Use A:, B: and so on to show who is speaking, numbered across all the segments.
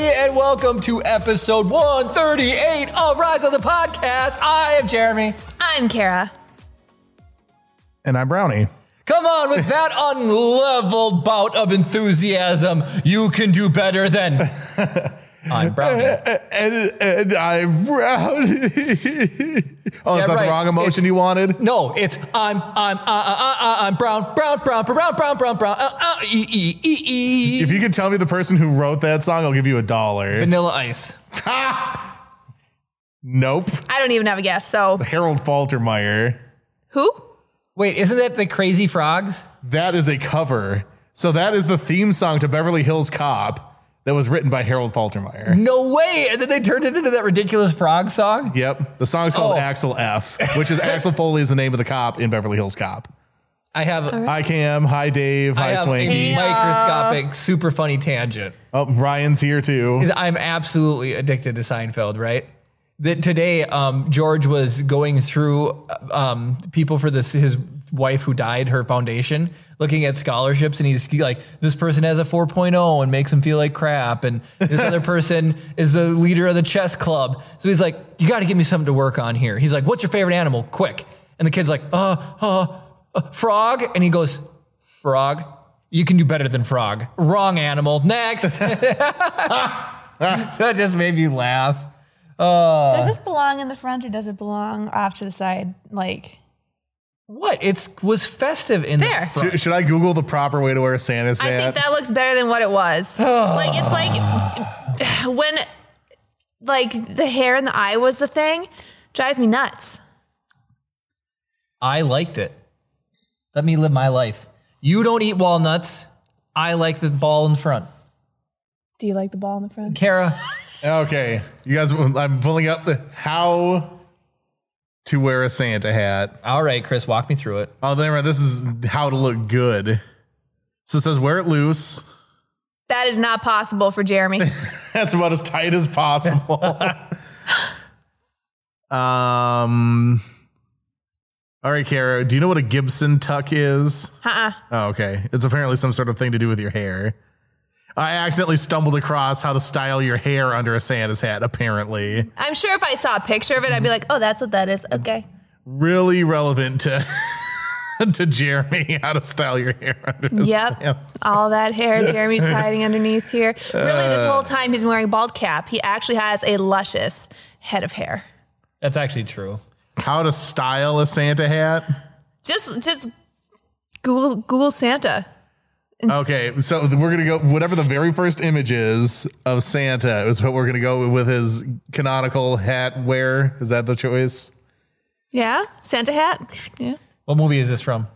A: welcome to episode 138 of Rise of the Podcast. I am Jeremy.
B: I'm Kara.
C: And I'm Brownie.
A: Come on, with that unlevel bout of enthusiasm, you can do better than. I'm Brownie.
C: And, and I'm Brownie. oh, is that
A: right.
C: the wrong emotion
A: It's-
C: you wanted?
A: No, it's I'm I'm uh, uh, uh, uh, I'm brown brown brown brown brown brown brown uh, uh, e e e e
C: If you could tell me the person who wrote that song, I'll give you a dollar.
A: vanilla ice.
C: Ha! nope.
B: I don't even have a guess. So
C: Harold Faltermeyer.
B: who?
A: Wait, isn't that the Crazy Frogs?
C: That is a cover. So that is the theme song to Beverly Hills Cop that was written by Harold Faltermeyer.
A: No way! And then they turned it into that ridiculous frog song.
C: Yep. The song's called
A: Oh.
C: Axel F, which is Axel Foley is the name of the cop in Beverly Hills Cop.
A: I have
C: Hi Cam, hi Dave,
A: I
C: hi
A: have
C: Swanky.
A: a microscopic, super funny tangent.
C: Oh, Ryan's here too.
A: Is I'm absolutely addicted to Seinfeld, right? That today, um, George was going through um, people for this his wife who died, her foundation, looking at scholarships, and he's like, "This person has a 4.0 and makes him feel like crap, and this other person is the leader of the chess club." So he's like, "You got to give me something to work on here." He's like, "What's your favorite animal?" Quick, and the kid's like, "Uh, uh, uh frog," and he goes, "Frog." You can do better than frog. Wrong animal. Next. that just made me laugh.
D: Uh,
B: does this belong in the front or does it belong off to the side? Like
A: What? It's was festive in
B: There.
A: The front.
C: Should, should I Google the proper way to wear a Santa's
D: I
C: hat?
D: think that looks better than what it was. like it's like when like the hair in the eye was the thing drives me nuts.
A: I liked it. Let me live my life. You don't eat walnuts. I like the ball in front.
B: do you like the ball in the front?
A: Kara,
C: okay, you guys, I'm pulling up the how to wear a Santa hat.
A: all right, Chris, walk me through it.
C: Oh, never mind. This is how to look good. So it says wear it loose.
D: That is not possible for Jeremy.
C: That's about as tight as possible. um. All right, Kara. Do you know what a Gibson tuck is?
D: Uh-uh.
C: Oh, okay. It's apparently some sort of thing to do with your hair. I accidentally stumbled across how to style your hair under a Santa's hat. Apparently.
D: I'm sure if I saw a picture of it, I'd be like, oh, that's what that is. Okay.
C: really relevant to to Jeremy how to style your hair under the
D: Yep.
C: Santa.
D: All that hair Jeremy's hiding underneath here. Really, this whole time he's wearing a bald cap. He actually has a luscious head of hair.
A: That's actually true.
C: How to style a Santa hat?
D: Just just Google Google Santa.
C: Okay, so we're gonna go whatever the very first image is of Santa is what we're gonna go with his canonical hat wear. Is that the choice?
D: Yeah? Santa hat? Yeah.
A: What movie is this from?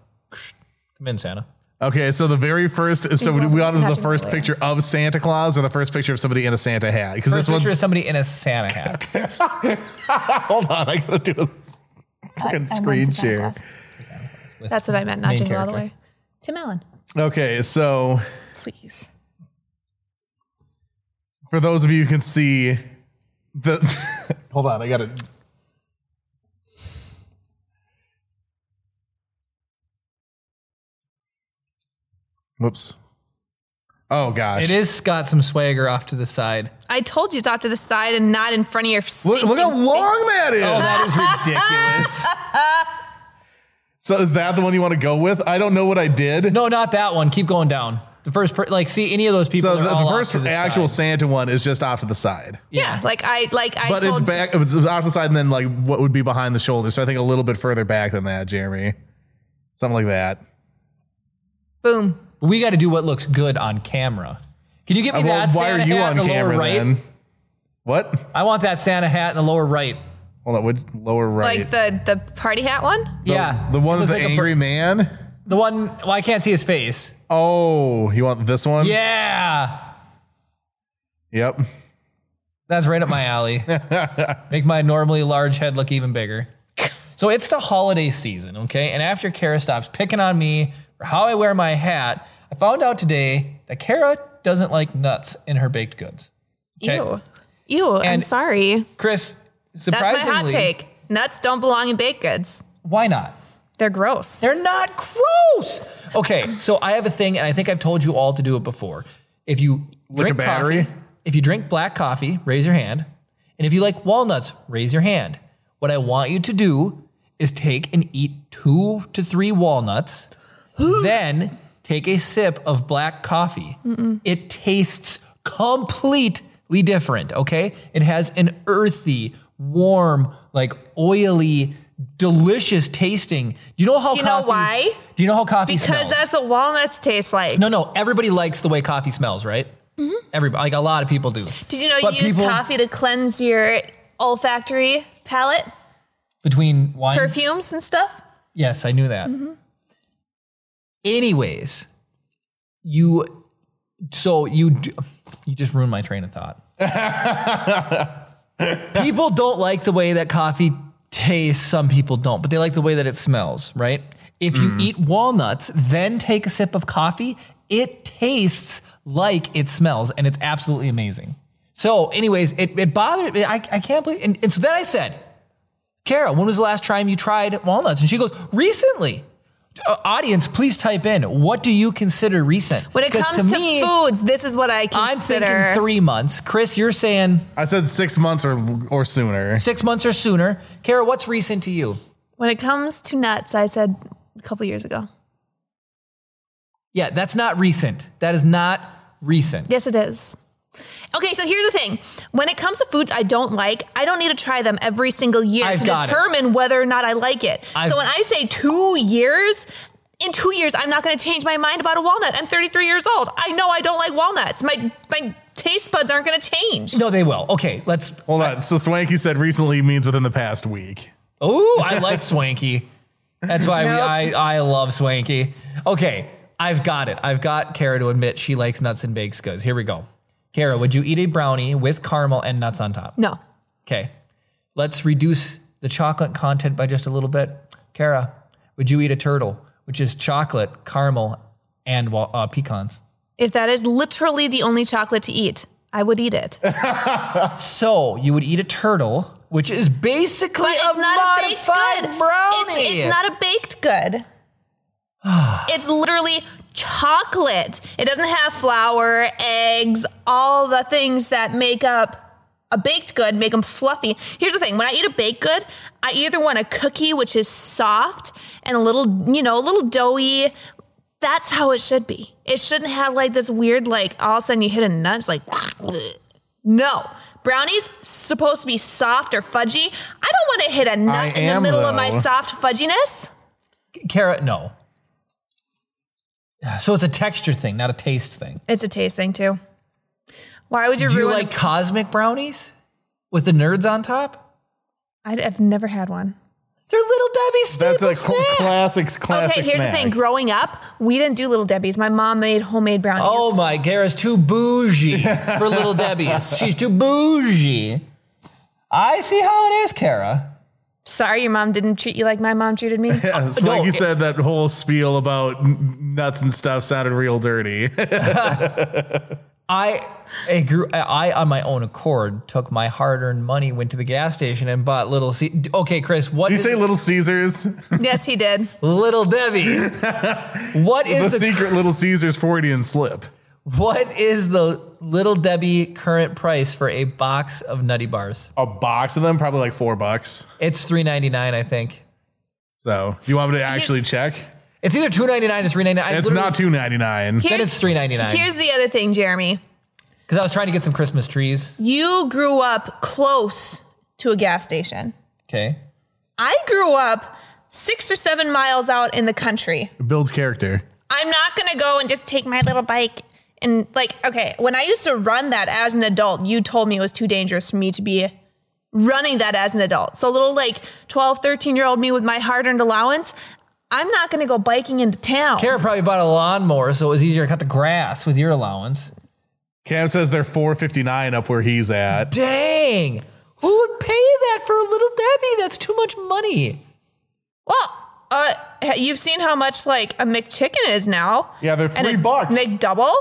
A: Come in, Santa.
C: Okay, so the very first, so we on to the
D: Patrick
C: first
D: Williams.
C: picture of Santa Claus or the first picture of somebody in a Santa hat? Because this
A: First
C: one's
A: picture is somebody in a Santa hat.
C: hold on, I gotta do a freaking screen share.
D: That's what I meant, not
A: Main
D: Jingle All the Way.
A: character.
D: Tim Allen,
C: Okay, so
D: please.
C: for those of you who can see the hold on i gotta whoops oh gosh
A: It is got some swagger off to the side.
D: I told you it's off to the side and not in front of your
C: look,
D: stinking
C: look how long that is
A: Oh, that is ridiculous.
C: so is that the one you want to go with i don't know what i did
A: no, not that one. Keep going down. The first, per- like, see any of those people?
C: so
A: they're
C: the, the
A: all off
C: first
A: to the
C: actual
A: side.
C: santa one is just off to the side
D: Yeah, like I like I
C: but it's
D: told
C: back it's off to the side and then like what would be behind the shoulder so i think a little bit further back than that jeremy something like that
D: you. Boom.
A: We got to do what looks good on camera. Can you give me
C: Uh, well,
A: that
C: why
A: Santa
C: are you
A: hat
C: on
A: in the
C: camera
A: lower right?
C: then? What?
A: I want that Santa hat in the lower right.
C: Hold on, which lower right?
D: Like the the party hat one?
C: The-
A: yeah,
C: the one
A: It
C: with
A: looks
C: the
A: a
C: angry
A: per-
C: man.
A: the one. Well, I can't see his face.
C: Oh, you want this one?
A: Yeah,
C: Yep.
A: that's right up my alley. Make my normally large head look even bigger. So it's the holiday season, okay? And after Kara stops picking on me for how I wear my hat, I found out today that Kara doesn't like nuts in her baked goods. Okay.
D: Ew. Ew, I'm
A: And-
D: sorry.
A: Chris,
D: That's
A: surprisingly,
D: my hot take. Nuts don't belong in baked goods.
A: why not?
D: They're gross.
A: They're not gross. Okay, so I have a thing, and I think I've told you all to do it before. If you
C: Like
A: drink
C: a battery?
A: coffee, If you drink black coffee, raise your hand. And if you like walnuts, raise your hand. What I want you to do is take and eat two to three walnuts, then take a sip of black coffee. It tastes completely different, okay? It has an earthy, warm, like oily, delicious tasting. Do you know how
D: Do you know
A: coffee-
D: why?
A: Do you know how coffee
D: Because
A: smells?
D: that's what walnuts taste like.
A: No, no. Everybody likes the way coffee smells, right? Everybody, like a lot of people do.
D: Mm-hmm. Did you know
A: But
D: you use
A: people-
D: coffee to cleanse your olfactory palate,
A: Between wine,
D: perfumes and stuff?
A: yes, I knew that.
D: Mm-hmm.
A: Anyways, you, so you, d- you just ruined my train of thought. people don't like the way that coffee tastes. Some people don't, but they like the way that it smells, right? If you eat walnuts, then take a sip of coffee, it tastes like it smells, and it's absolutely amazing. So, anyways, it, it bothered me. I, I can't believe. And, and so then I said, Kara, when was the last time you tried walnuts? And she goes, recently. Uh, audience, please type in what do you consider recent?
D: When it
A: 'Cause
D: comes to, foods, this is what I
A: I'm
D: consider.
A: thinking three months. Chris, you're saying
C: I said six months or or sooner.
A: six months or sooner. Kara, what's recent to you?
D: When it comes to nuts, I said a couple years ago.
A: Yeah, that's not recent. That is not recent.
D: Yes, it is. Okay, so here's the thing. When it comes to foods I don't like, I don't need to try them every single year
A: I've
D: to
A: got it.
D: determine whether or not I like it.
A: I've-
D: so when I say two years, in two years, I'm not going to change my mind about a walnut. I'm 33 years old. I know I don't like walnuts. My my taste buds aren't going to change.
A: No, they will. Okay, let's.
C: Hold on. So Swanky said recently means within the past week.
A: Oh, I like Swanky. That's why we, I I love Swanky. Okay, I've got it. I've got Kara to admit she likes nuts and baked goods. Here we go. Kara, would you eat a brownie with caramel and nuts on top?
D: No.
A: Okay, let's reduce the chocolate content by just a little bit. Kara, would you eat a turtle, which is chocolate, caramel, and wa- uh, pecans?
D: If that is literally the only chocolate to eat, I would eat it. But
A: So you would eat a turtle, which is basically
D: it's
A: a
D: not a baked
A: modified
D: good.
A: brownie.
D: It's, it's not a baked good. it's literally chocolate. It doesn't have flour, eggs, all the things that make up a baked good, make them fluffy. Here's the thing when I eat a baked good, I either want a cookie, which is soft and a little, you know, a little doughy. That's how it should be. It shouldn't have like this weird, like all of a sudden you hit a nut, it's like, no. Brownies supposed to be soft or fudgy. I don't want to hit a nut
C: I
D: in the
C: am,
D: middle of my
C: though.
D: soft fudginess.
A: Kara, no. So it's a texture thing, not a taste thing.
D: It's a taste thing too. Why would you
A: Do you
D: ruin?
A: like cosmic brownies with the nerds on top?
D: I, have never had one.
A: They're little Debbie staple
C: That's a cl-
A: snack.
C: classic classic
D: okay, here's
C: snack.
D: the thing. Growing up, we didn't do little Debbie's. My mom made homemade brownies.
A: Oh my, Kara's too bougie for little Debbie's. She's too bougie. I see how it is, Kara.
D: Sorry, your mom didn't treat you like my mom treated me.
C: Yeah, Swanky
A: it-
C: said that whole spiel about n- nuts and stuff sounded real dirty.
A: I, I grew. I on my own accord took my hard-earned money, went to the gas station, and bought little. C- okay, Chris, what
C: you
A: is-
C: say Little Caesars?
D: yes, he did.
A: little Debbie? What
C: The
A: is the,
C: secret Little Caesars Freudian slip.
A: what is the little Debbie current price for a box of Nutty Bars?
C: A box of them, probably like four bucks.
A: It's three ninety nine, I think.
C: So, do you want me to actually check?
A: It's either two ninety nine or three ninety nine.
C: It's not two ninety nine.
A: Then
D: Here's-
A: it's three ninety nine
D: Here's the other thing, Jeremy.
A: because I was trying to get some Christmas trees.
D: You grew up close to a gas station.
A: Okay.
D: I grew up six or seven miles out in the country.
C: It builds character.
D: I'm not gonna go and just take my little bike and like okay, when I used to run that as an adult, you told me it was too dangerous for me to be running that as an adult. So little like 12, 13 year old me with my hard-earned allowance, I'm not gonna go biking into town.
A: Kara probably bought a lawnmower, so it was easier to cut the grass with your allowance.
C: Cam says they're four fifty nine up where he's at.
A: Dang! Who would pay that for a little Debbie? That's too much money.
D: well, uh you've seen how much like a McChicken is now.
C: Yeah, they're
D: And
C: three
D: a
C: bucks.
D: McDouble?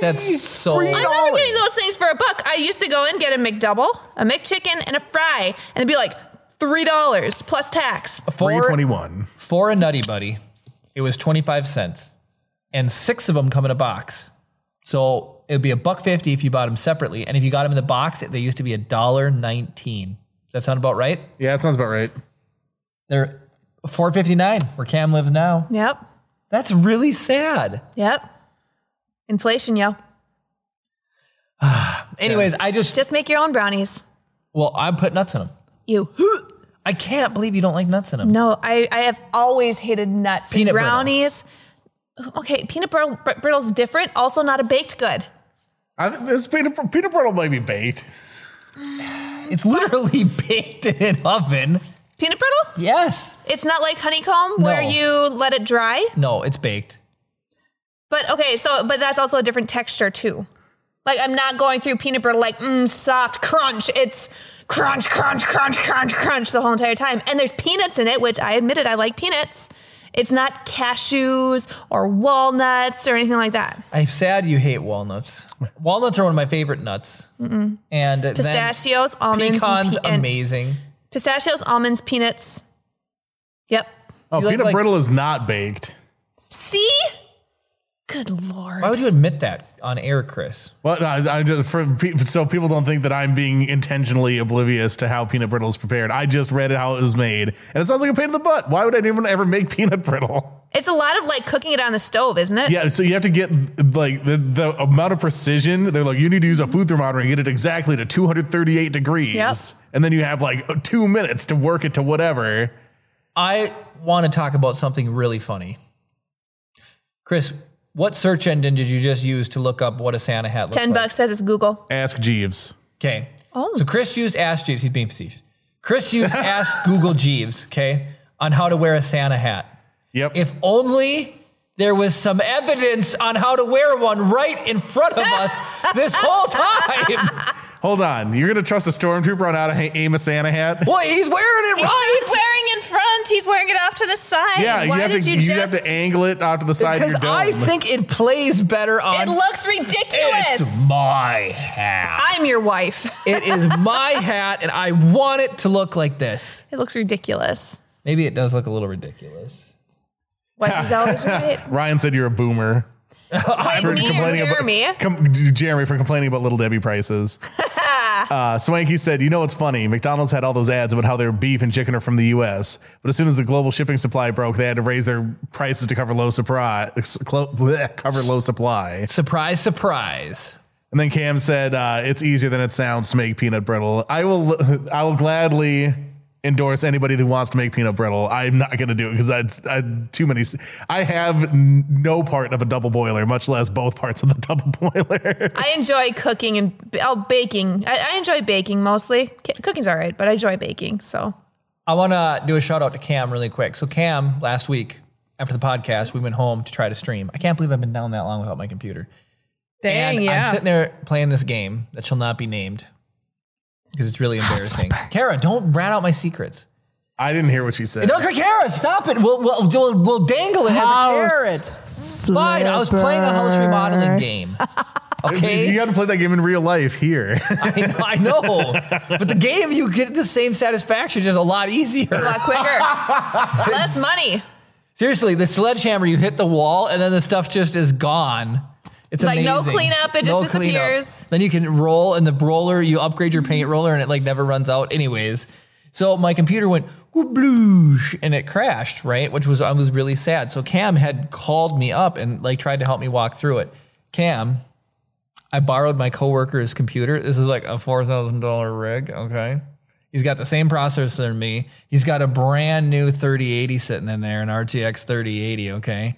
A: That's so.
D: I'm never getting those things for a buck. I used to go and get a McDouble, a McChicken, and a fry, and it'd be like three dollars plus tax.
C: Three
A: For,
C: twenty one.
A: for a Nutty Buddy, it was 25 cents, and six of them come in a box. So it would be a buck fifty if you bought them separately, and if you got them in the box, they used to be a dollar nineteen. Does that sound about right?
C: Yeah, that sounds about right.
A: They're four fifty nine where Cam lives now.
D: Yep.
A: That's really sad.
D: Yep. Inflation, yo.
A: Anyways, I just,
D: Just make your own brownies.
A: well, I put nuts in them.
D: You.
A: I can't believe you don't like nuts in them.
D: No, I, I have always hated nuts. and
A: Peanut brittle.
D: brownies. Okay, peanut brittle, br- brittle's different. Also, not a baked good.
C: I, think this peanut, peanut brittle might be baked.
A: It's literally baked in an oven.
D: Peanut brittle?
A: Yes.
D: It's not like honeycomb where
A: No.
D: you let it dry.
A: No, it's baked.
D: But okay, so but that's also a different texture too. Like I'm not going through peanut brittle like mm, soft crunch. It's crunch, crunch, crunch, crunch, crunch the whole entire time. And there's peanuts in it, which I admitted I like peanuts. It's not cashews or walnuts or anything like that.
A: I'm sad you hate walnuts. Walnuts are one of my favorite nuts. And then
D: Pistachios, almonds,
A: pecans,
D: and, pe- and
A: amazing.
D: pistachios, almonds, peanuts. Yep.
C: Oh,
A: You like-
C: peanut
A: like-
C: brittle is not baked.
D: See? Good lord.
A: Why would you admit that on air, Chris?
C: Well, no, I, I just for pe- so people don't think that I'm being intentionally oblivious to how peanut brittle is prepared. I just read it how it was made, and it sounds like a pain in the butt. Why would I even ever make peanut brittle?
D: It's a lot of like cooking it on the stove, isn't it?
C: Yeah, so you have to get like the, the amount of precision. They're like, you need to use a food thermometer and get it exactly to 238 degrees,
D: Yep.
C: and then you have like two minutes to work it to whatever.
A: I want to talk about something really funny. Chris, what search engine did you just use to look up what a Santa hat looks
D: Ten
A: like?
D: bucks Oh. says it's Google.
C: Ask Jeeves.
A: Okay. So Chris used Ask Jeeves. He's being facetious. Chris used Ask Google Jeeves, okay, on how to wear a Santa hat.
C: Yep.
A: If only there was some evidence on how to wear one right in front of us this whole time.
C: Hold on, you're gonna trust a stormtrooper on how to ha- aim a Santa hat?
A: Boy, he's wearing it right.
D: He's wearing in front. He's wearing it off to the side.
C: Yeah,
D: Why
C: you have
D: did
C: to
D: you,
C: you,
D: just?
C: have to angle it out to the side of
A: Because
C: your dome.
A: I think it plays better on.
D: it looks ridiculous.
A: my hat.
D: I'm your wife.
A: it is my hat, and I want it to look like this.
D: It looks ridiculous.
A: Maybe it does look a little ridiculous.
D: Wife is always right.
C: Ryan said you're a boomer.
D: Wait, me or Jeremy?
C: about com- Jeremy for complaining about little Debbie prices. uh, Swanky said, "You know what's funny? McDonald's had all those ads about how their beef and chicken are from the U.S., but as soon as the global shipping supply broke, they had to raise their prices to cover low supply, ex- clo- bleh, cover low supply."
A: Surprise, surprise.
C: And then Cam said, uh, "It's easier than it sounds to make peanut brittle. I will, I will gladly." Endorse anybody who wants to make peanut brittle. I'm not going to do it because I, too many. s- I have n- no part of a double boiler, much less both parts of the double boiler.
D: I enjoy cooking and b- oh, baking. I, I enjoy baking mostly. C- cooking's all right, but I enjoy baking. So
A: I want to do a shout out to Cam really quick. So Cam, last week after the podcast, we went home to try to stream. I can't believe I've been down that long without my computer.
D: dang,
A: and
D: yeah.
A: I'm sitting there playing this game that shall not be named because it's
D: Oh,
A: really embarrassing. Kara, don't rat out my secrets.
C: I didn't hear what she said.
A: No, Kara, stop it. We'll we'll, we'll, we'll dangle it as a carrot. Fine, I was playing a house remodeling game. Okay,
C: You got to play that game in real life here.
A: I know, I know. but the game you get the same satisfaction, just a lot
D: a
A: easier.
D: lot quicker, less money.
A: Seriously, the sledgehammer, you hit the wall and then the stuff just is gone. It's
D: Like,
A: amazing.
D: no cleanup, it just
A: cleanup.
D: disappears.
A: Then you can roll and the roller, you upgrade your paint roller and it like never runs out anyways. So my computer went whooploosh and it crashed, right? Which was I was really sad. So Cam had called me up and like tried to help me walk through it. Cam, I borrowed my coworker's computer. This is like a four thousand dollar rig. Okay, he's got the same processor than me. He's got a brand new thirty eighty sitting in there, an RTX thirty eighty. Okay,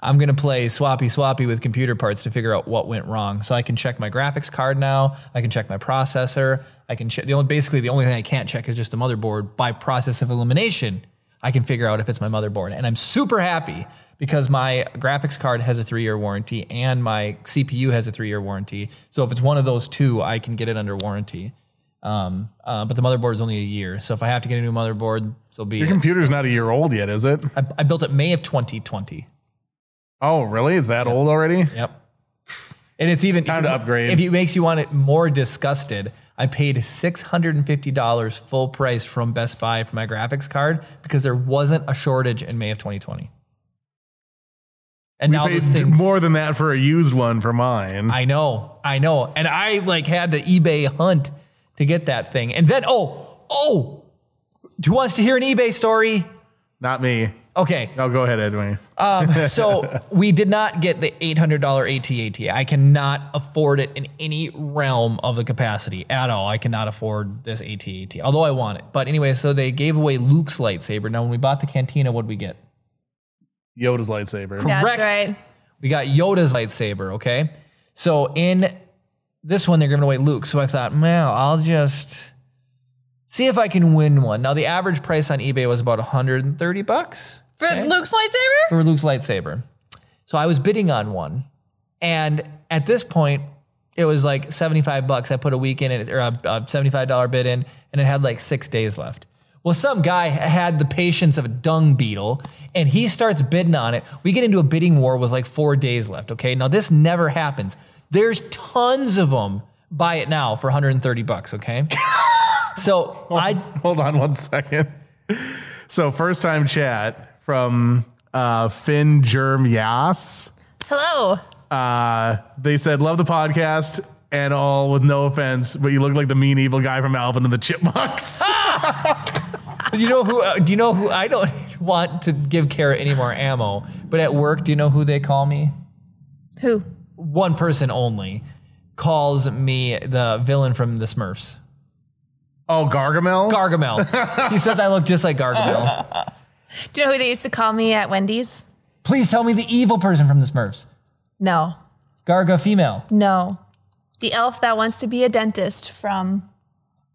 A: I'm gonna play swappy swappy with computer parts to figure out what went wrong, so I can check my graphics card now. I can check my processor. I can check the only basically the only thing I can't check is just the motherboard by process of elimination. I can figure out if it's my motherboard. And I'm super happy because my graphics card has a three year warranty and my CPU has a three year warranty. So if it's one of those two, I can get it under warranty. Um, uh, but the motherboard is only a year. So if I have to get a new motherboard, so be
C: Your
A: it.
C: computer's not a year old yet, is it?
A: I, I built it May of 2020.
C: Oh, really? Is that old already?
A: Yep. And it's even
C: Time to upgrade.
A: If it makes you want it more disgusted, I paid six hundred and fifty dollars full price from Best Buy for my graphics card because there wasn't a shortage in May of 2020. And now
C: Paid
A: those things.
C: more than that for a used one for mine.
A: I know, I know. And I like had to eBay hunt to get that thing. And then, oh, oh, who wants to hear an eBay story?
C: Not me.
A: Okay.
C: No, go ahead, Edwin.
A: so we did not get the $800 ATAT. I cannot afford it in any realm of the capacity at all. I cannot afford this ATAT, although I want it. But anyway, so they gave away Luke's lightsaber. Now, when we bought the Cantina, what did we get?
C: Yoda's lightsaber.
D: That's
A: Correct.
D: right.
A: We got Yoda's lightsaber, okay? So in this one, they're giving away Luke. So I thought, well, I'll just see if I can win one. Now, the average price on eBay was about 130 bucks.
D: For Luke's lightsaber?
A: for Luke's lightsaber. So I was bidding on one, and at this point, it was like seventy-five bucks. I put a week in it, or a, a seventy-five dollar bid in, and it had like six days left. Well, some guy had the patience of a dung beetle, and he starts bidding on it. We get into a bidding war with like four days left. Okay, now this never happens. There's tons of them. Buy it now for 130 bucks. Okay, so I
C: Hold on one second. So first time chat from uh, Finn Germ Yas.
D: Hello.
C: Uh, they said love the podcast and all with no offense, but you look like the mean evil guy from Alvin and the Chipmunks.
A: you know who? Uh, do you know who? I don't want to give Kara any more ammo. But at work, do you know who they call me?
D: Who?
A: One person only calls me the villain from the Smurfs,
C: oh, Gargamel.
A: Gargamel. he says I look just like Gargamel.
D: Do you know who they used to call me at Wendy's?
A: Please tell me the evil person from the Smurfs,
D: No.
A: Garga female.
D: No. The elf that wants to be a dentist from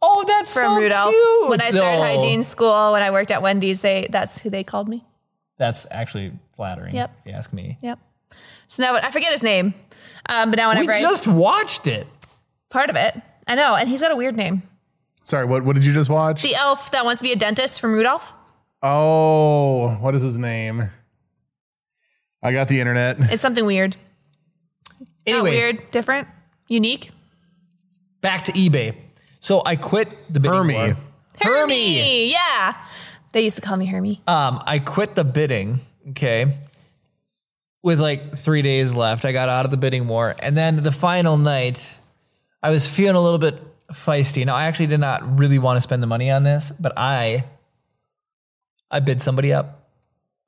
A: Oh, that's
D: from
A: so
D: Rudolph.
A: cute.
D: when I started
A: though.
D: hygiene school, when I worked at Wendy's, they that's who they called me.
A: that's actually flattering.
D: Yep.
A: If you ask me.
D: Yep. So now I forget his name, um, but now
A: We
D: whenever I
A: just watched it.
D: part of it, I know, and he's got a weird name.
C: Sorry, what what did you just watch?
D: The elf that wants to be a dentist from Rudolph.
C: oh, what is his name? I got the internet.
D: It's something weird. Not
A: Anyways,
D: weird, different, unique.
A: back to eBay. So I quit the bidding
C: Hermie.
A: war. Hermie.
D: Yeah. They used to call me Hermie.
A: um, I quit the bidding. Okay. With like three days left, I got out of the bidding war. And then the final night, I was feeling a little bit feisty. Now, I actually did not really want to spend the money on this, but I, I bid somebody up.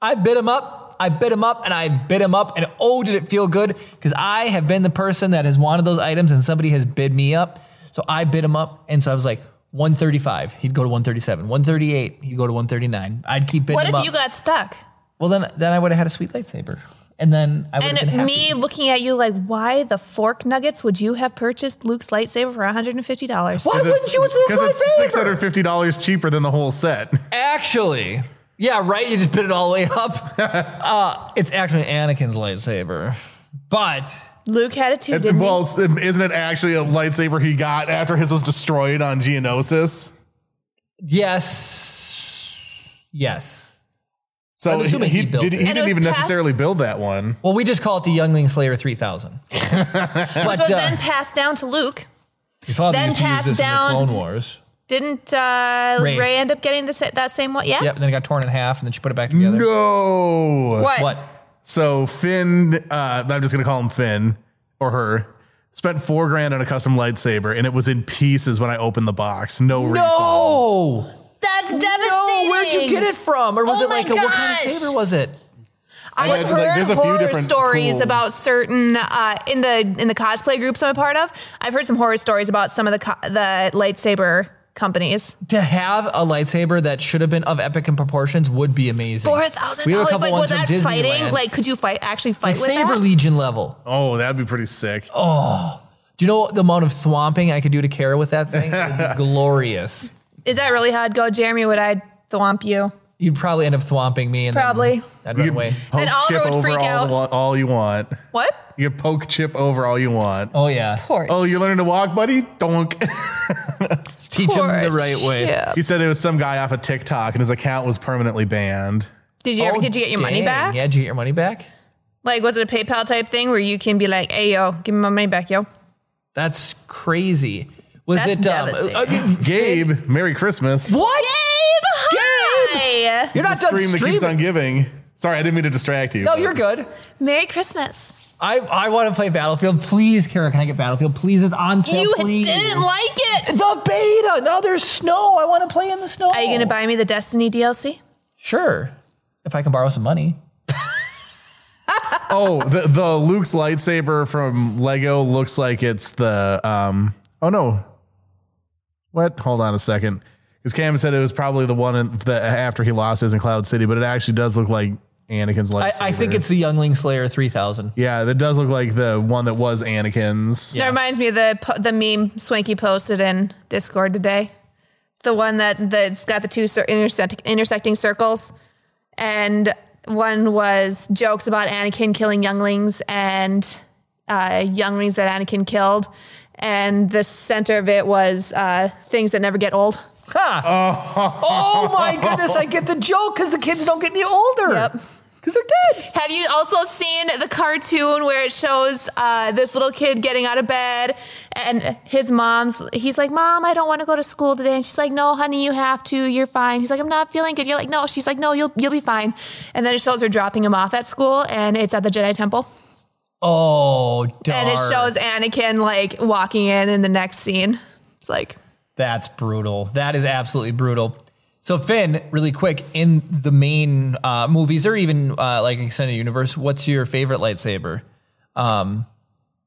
A: I bid him up. I bid him up and I bid him up. And oh, did it feel good? Because I have been the person that has wanted those items and somebody has bid me up. So I bid him up. And so I was like, 135, he'd go to 137. 138, he'd go to 139. I'd keep bidding
D: What
A: him
D: if
A: up.
D: you got stuck?
A: well, then, then I would have had a sweet lightsaber. And then I would have been
D: And
A: happy.
D: me looking at you like, why the fork nuggets would you have purchased Luke's lightsaber for $150?
A: Why wouldn't you? It's Luke's
C: Because it's six
A: lightsaber.
C: hundred fifty dollars cheaper than the whole set.
A: Actually, yeah, right. You just bid it all the way up. uh, it's actually Anakin's lightsaber, but
D: Luke had it too,
C: It-
D: didn't
C: well, s- isn't it actually a lightsaber he got after his was destroyed on Geonosis?
A: yes, yes.
C: So
A: I'm assuming he built
C: did,
A: it.
C: he
A: And
D: it
C: didn't
D: was
C: even
D: passed-
C: necessarily build that one.
A: Well, we just call it the Youngling Slayer three thousand.
D: he?
A: but
D: Which was
A: uh,
D: then passed down to Luke.
A: your father
D: then
A: used to use
D: passed
A: this
D: down-
A: in the Clone Wars.
D: Didn't uh,
A: Rey.
D: Ray. end up getting the, sa- that same one? Yeah.
A: Yep. And then it got torn in half, and then she put it back together.
C: No.
D: What?
A: What?
C: So Finn, uh, I'm just gonna call him Finn or her. Spent four grand on a custom lightsaber, and it was in pieces when I opened the box. No, refund.
A: No.
D: That's devastating.
A: No. Where'd you get it from? Or was
D: Oh
A: it like
D: my
A: a, what kind of
D: gosh.
A: saber was it?
D: I've
C: Like,
D: heard
C: like, there's a few
D: horror
C: different
D: stories
C: cool-
D: about certain uh, in the in the cosplay groups I'm a part of. I've heard some horror stories about some of the co- the lightsaber companies.
A: To have a lightsaber that should have been of epic and proportions would be amazing.
D: Four thousand
A: We have a
D: dollars.
A: couple
D: Like, was
A: ones
D: that
A: from Disneyland.
D: fighting? Like, could you fight? Actually, fight with
A: Saber
D: that?
A: Legion level.
C: Oh, that'd be pretty sick.
A: Oh, Do you know the amount of thwomping I could do to Kara with that thing? It would be glorious.
D: Is that really how it'd go, Jeremy? Would I thwomp you?
A: You'd probably end up thwomping me. And then
D: Probably.
A: I'd run
C: You could
A: away.
C: poke
D: Then Oliver
C: chip
D: would
C: over
D: freak
C: all,
D: out.
C: the wa- all you want.
D: What?
C: You could poke chip over all you want.
A: Oh, yeah.
D: Porch.
C: Oh, you're learning to walk, buddy? Donk.
A: Teach him the right way.
D: Yeah.
C: he said it was some guy off of TikTok, and his account was permanently banned.
D: Did you ever,
A: Oh,
D: did you get your money
A: dang.
D: back?
A: Yeah, did you get your money back?
D: Like, was it a PayPal type thing where you can be like, "Hey, yo, give me my money back, yo"?
A: That's crazy. Was
D: That's
A: it um,
D: devastating.
A: uh,
C: Gabe, Merry Christmas.
A: What?
D: Gabe, hi.
A: You're
C: The
A: not done
C: stream that
A: streaming.
C: keeps on giving. Sorry, I didn't mean to distract you.
A: No, you're good.
B: Merry Christmas.
A: I, I want to play Battlefield. Please, Kara, can I get Battlefield? Please, it's on sale.
D: you
A: please.
D: didn't like it.
A: the beta. Now there's snow. I want to play in the snow.
D: Are you gonna buy me the Destiny DLC?
A: Sure, if I can borrow some money.
C: Oh, the, the Luke's lightsaber from Lego looks like it's the um. Oh no. What? Hold on a second. Because Cam said it was probably the one in the, after he lost his in Cloud City, but it actually does look like Anakin's
A: I,
C: lightsaber.
A: I think it's the Youngling Slayer 3000.
C: yeah, that does look like the one that was Anakin's.
D: That reminds me of the po- the meme Swanky posted in Discord today. The one that that's got the two cir- intersect- intersecting circles, and one was jokes about Anakin killing younglings and uh, younglings that Anakin killed, and the center of it was uh, things that never get old.
A: Ha! Oh. my goodness, I get the joke because the kids don't get any older.
D: Yep.
A: Because they're dead.
D: Have you also seen the cartoon where it shows uh, this little kid getting out of bed and his mom's, he's like, Mom, I don't want to go to school today. And she's like, No, honey, you have to. You're fine. He's like, I'm not feeling good. You're like, No. She's like, No, you'll, you'll be fine. And then it shows her dropping him off at school and it's at the Jedi Temple.
A: Oh, darn.
D: And it shows Anakin like walking in in the next scene. It's like,
A: That's brutal. That is absolutely brutal. So Finn, really quick, in the main uh, movies or even uh, like extended universe, what's your favorite lightsaber? Um,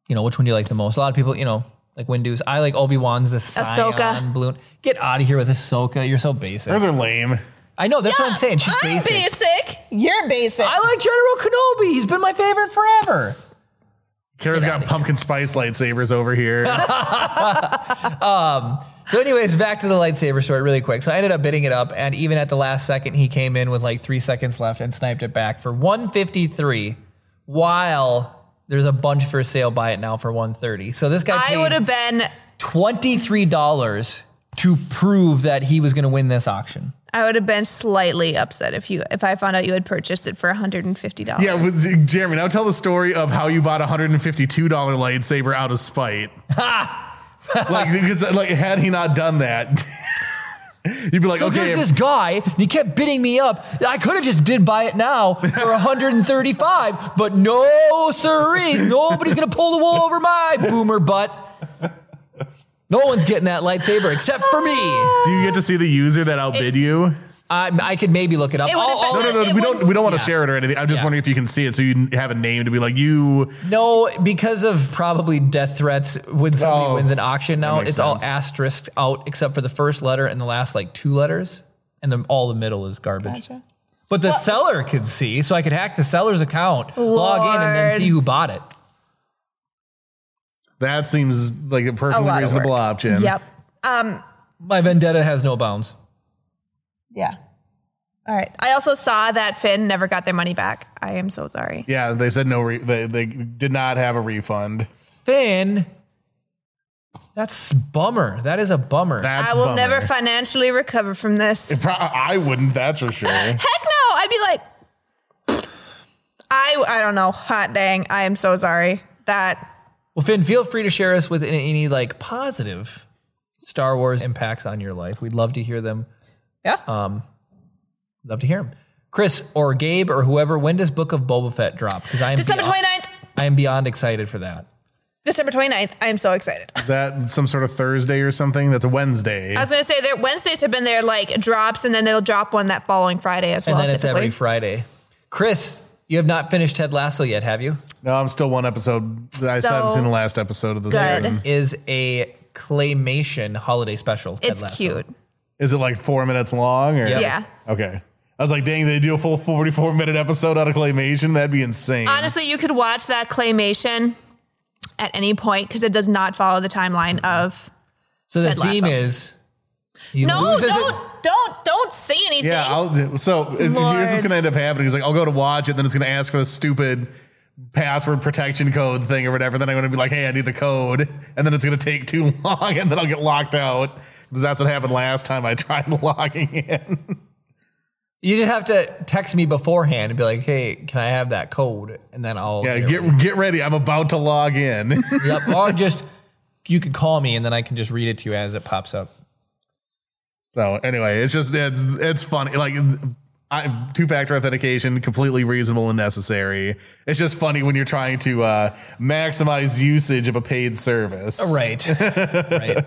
A: you know, which one do you like the most? A lot of people, you know, like Windu's. I like Obi Wan's the Scion
D: Ahsoka.
A: balloon. Get out of here with Ahsoka. You're so basic.
C: Those are lame.
A: I know. That's what I'm saying. She's
D: I'm
A: basic.
D: basic. You're basic.
A: I like General Kenobi. He's been my favorite forever.
C: Kara's got pumpkin spice lightsabers over here.
A: So, anyways, back to the lightsaber story really quick. So, I ended up bidding it up, and even at the last second, he came in with like three seconds left and sniped it back for 153, while there's a bunch for sale. Buy it now for 130. So this guy
D: I
A: paid
D: would have been,
A: twenty three dollars to prove that he was going to win this auction.
D: I would have been slightly upset if you, if I found out you had purchased it for $150.
C: yeah, was, Jeremy, now tell the story of how you bought a $152 lightsaber out of spite. like, because, like, had he not done that, you'd be like,
A: So
C: okay,
A: there's this guy, and he kept bidding me up. I could have just did buy it now for 135, but no siree, nobody's gonna pull the wool over my boomer butt. No one's getting that lightsaber except for me. I,
C: do you get to see the user that outbid you?
A: I could maybe look it up.
D: It would've
A: I'll- I'll-
C: No,
D: been-
C: no, no.
D: It
C: we don't.
D: wouldn't-
C: We don't want to
A: Yeah.
C: share it or anything. I'm just
A: Yeah.
C: wondering if you can see it, so you have a name to be like you.
A: no, because of probably death threats when somebody
C: Oh,
A: wins an auction now,
C: makes
A: it's all
C: sense.
A: asterisked out except for the first letter and the last like two letters, and then all the middle is garbage. But the seller could see, so I could hack the seller's account, log in, and then
D: Lord.
A: see who bought it.
C: That seems like a perfectly
D: lot of
C: reasonable
D: work.
C: option.
D: Yep. Um,
A: My vendetta has no bounds.
D: yeah. All right. I also saw that Finn never got their money back. I am so sorry.
C: Yeah, they said no. Re- they they did not have a refund.
A: Finn, that's bummer. That is a bummer.
C: That's
D: I will
C: bummer.
D: never financially recover from this. Heck
C: Pro- I wouldn't. That's for sure.
D: no. I'd be like, I, I don't know. Hot dang. I am so sorry. That
A: well, Finn, feel free to share us with any, any like positive Star Wars impacts on your life. We'd love to hear them.
D: Yeah.
A: Um, love to hear them. Chris or Gabe or whoever, when does Book of Boba Fett drop? Because I am
D: December
A: beyond,
D: 29th.
A: I am beyond excited for that.
D: December 29th. I am so excited.
C: Is that some sort of Thursday or something? That's a Wednesday.
D: I was going to say their Wednesdays have been their like drops and then they'll drop one that following Friday as well.
A: and then it's
D: typically.
A: every Friday. Chris, you have not finished Ted Lasso yet, have you?
C: no, I'm still one episode. I
D: So
C: haven't seen the last episode of the
D: good.
C: season.
A: Is a claymation holiday special. Ted
D: It's
A: Lasso.
D: cute.
C: Is it like four minutes long? Or?
A: Yeah.
D: Yeah.
C: Okay. I was like, dang, they do a full 44 minute episode out of claymation. That'd be insane.
D: Honestly, you could watch that claymation at any point because it does not follow the timeline of.
A: So the
D: Ted
A: theme
D: Lasso.
A: is you
D: No,
A: lose as a-
D: don't, don't, don't say anything.
C: Yeah, I'll, so it- here's what's
D: Lord.
C: gonna end up happening is like I'll go to watch it, then it's gonna ask for the stupid password protection code thing or whatever. Then I'm gonna be like, hey, I need the code, and then it's gonna take too long, and then I'll get locked out. 'Cause That's what happened last time I tried logging in.
A: you just have to text me beforehand and be like, "Hey, can I have that code?" And then I'll
C: Yeah, get get ready. I'm about to log in.
A: yep. Or just you could call me and then I can just read it to you as it pops up.
C: so anyway, it's just it's it's funny. Like I, two-factor authentication completely reasonable and necessary. It's just funny when you're trying to uh, maximize usage of a paid service.
A: Right. right.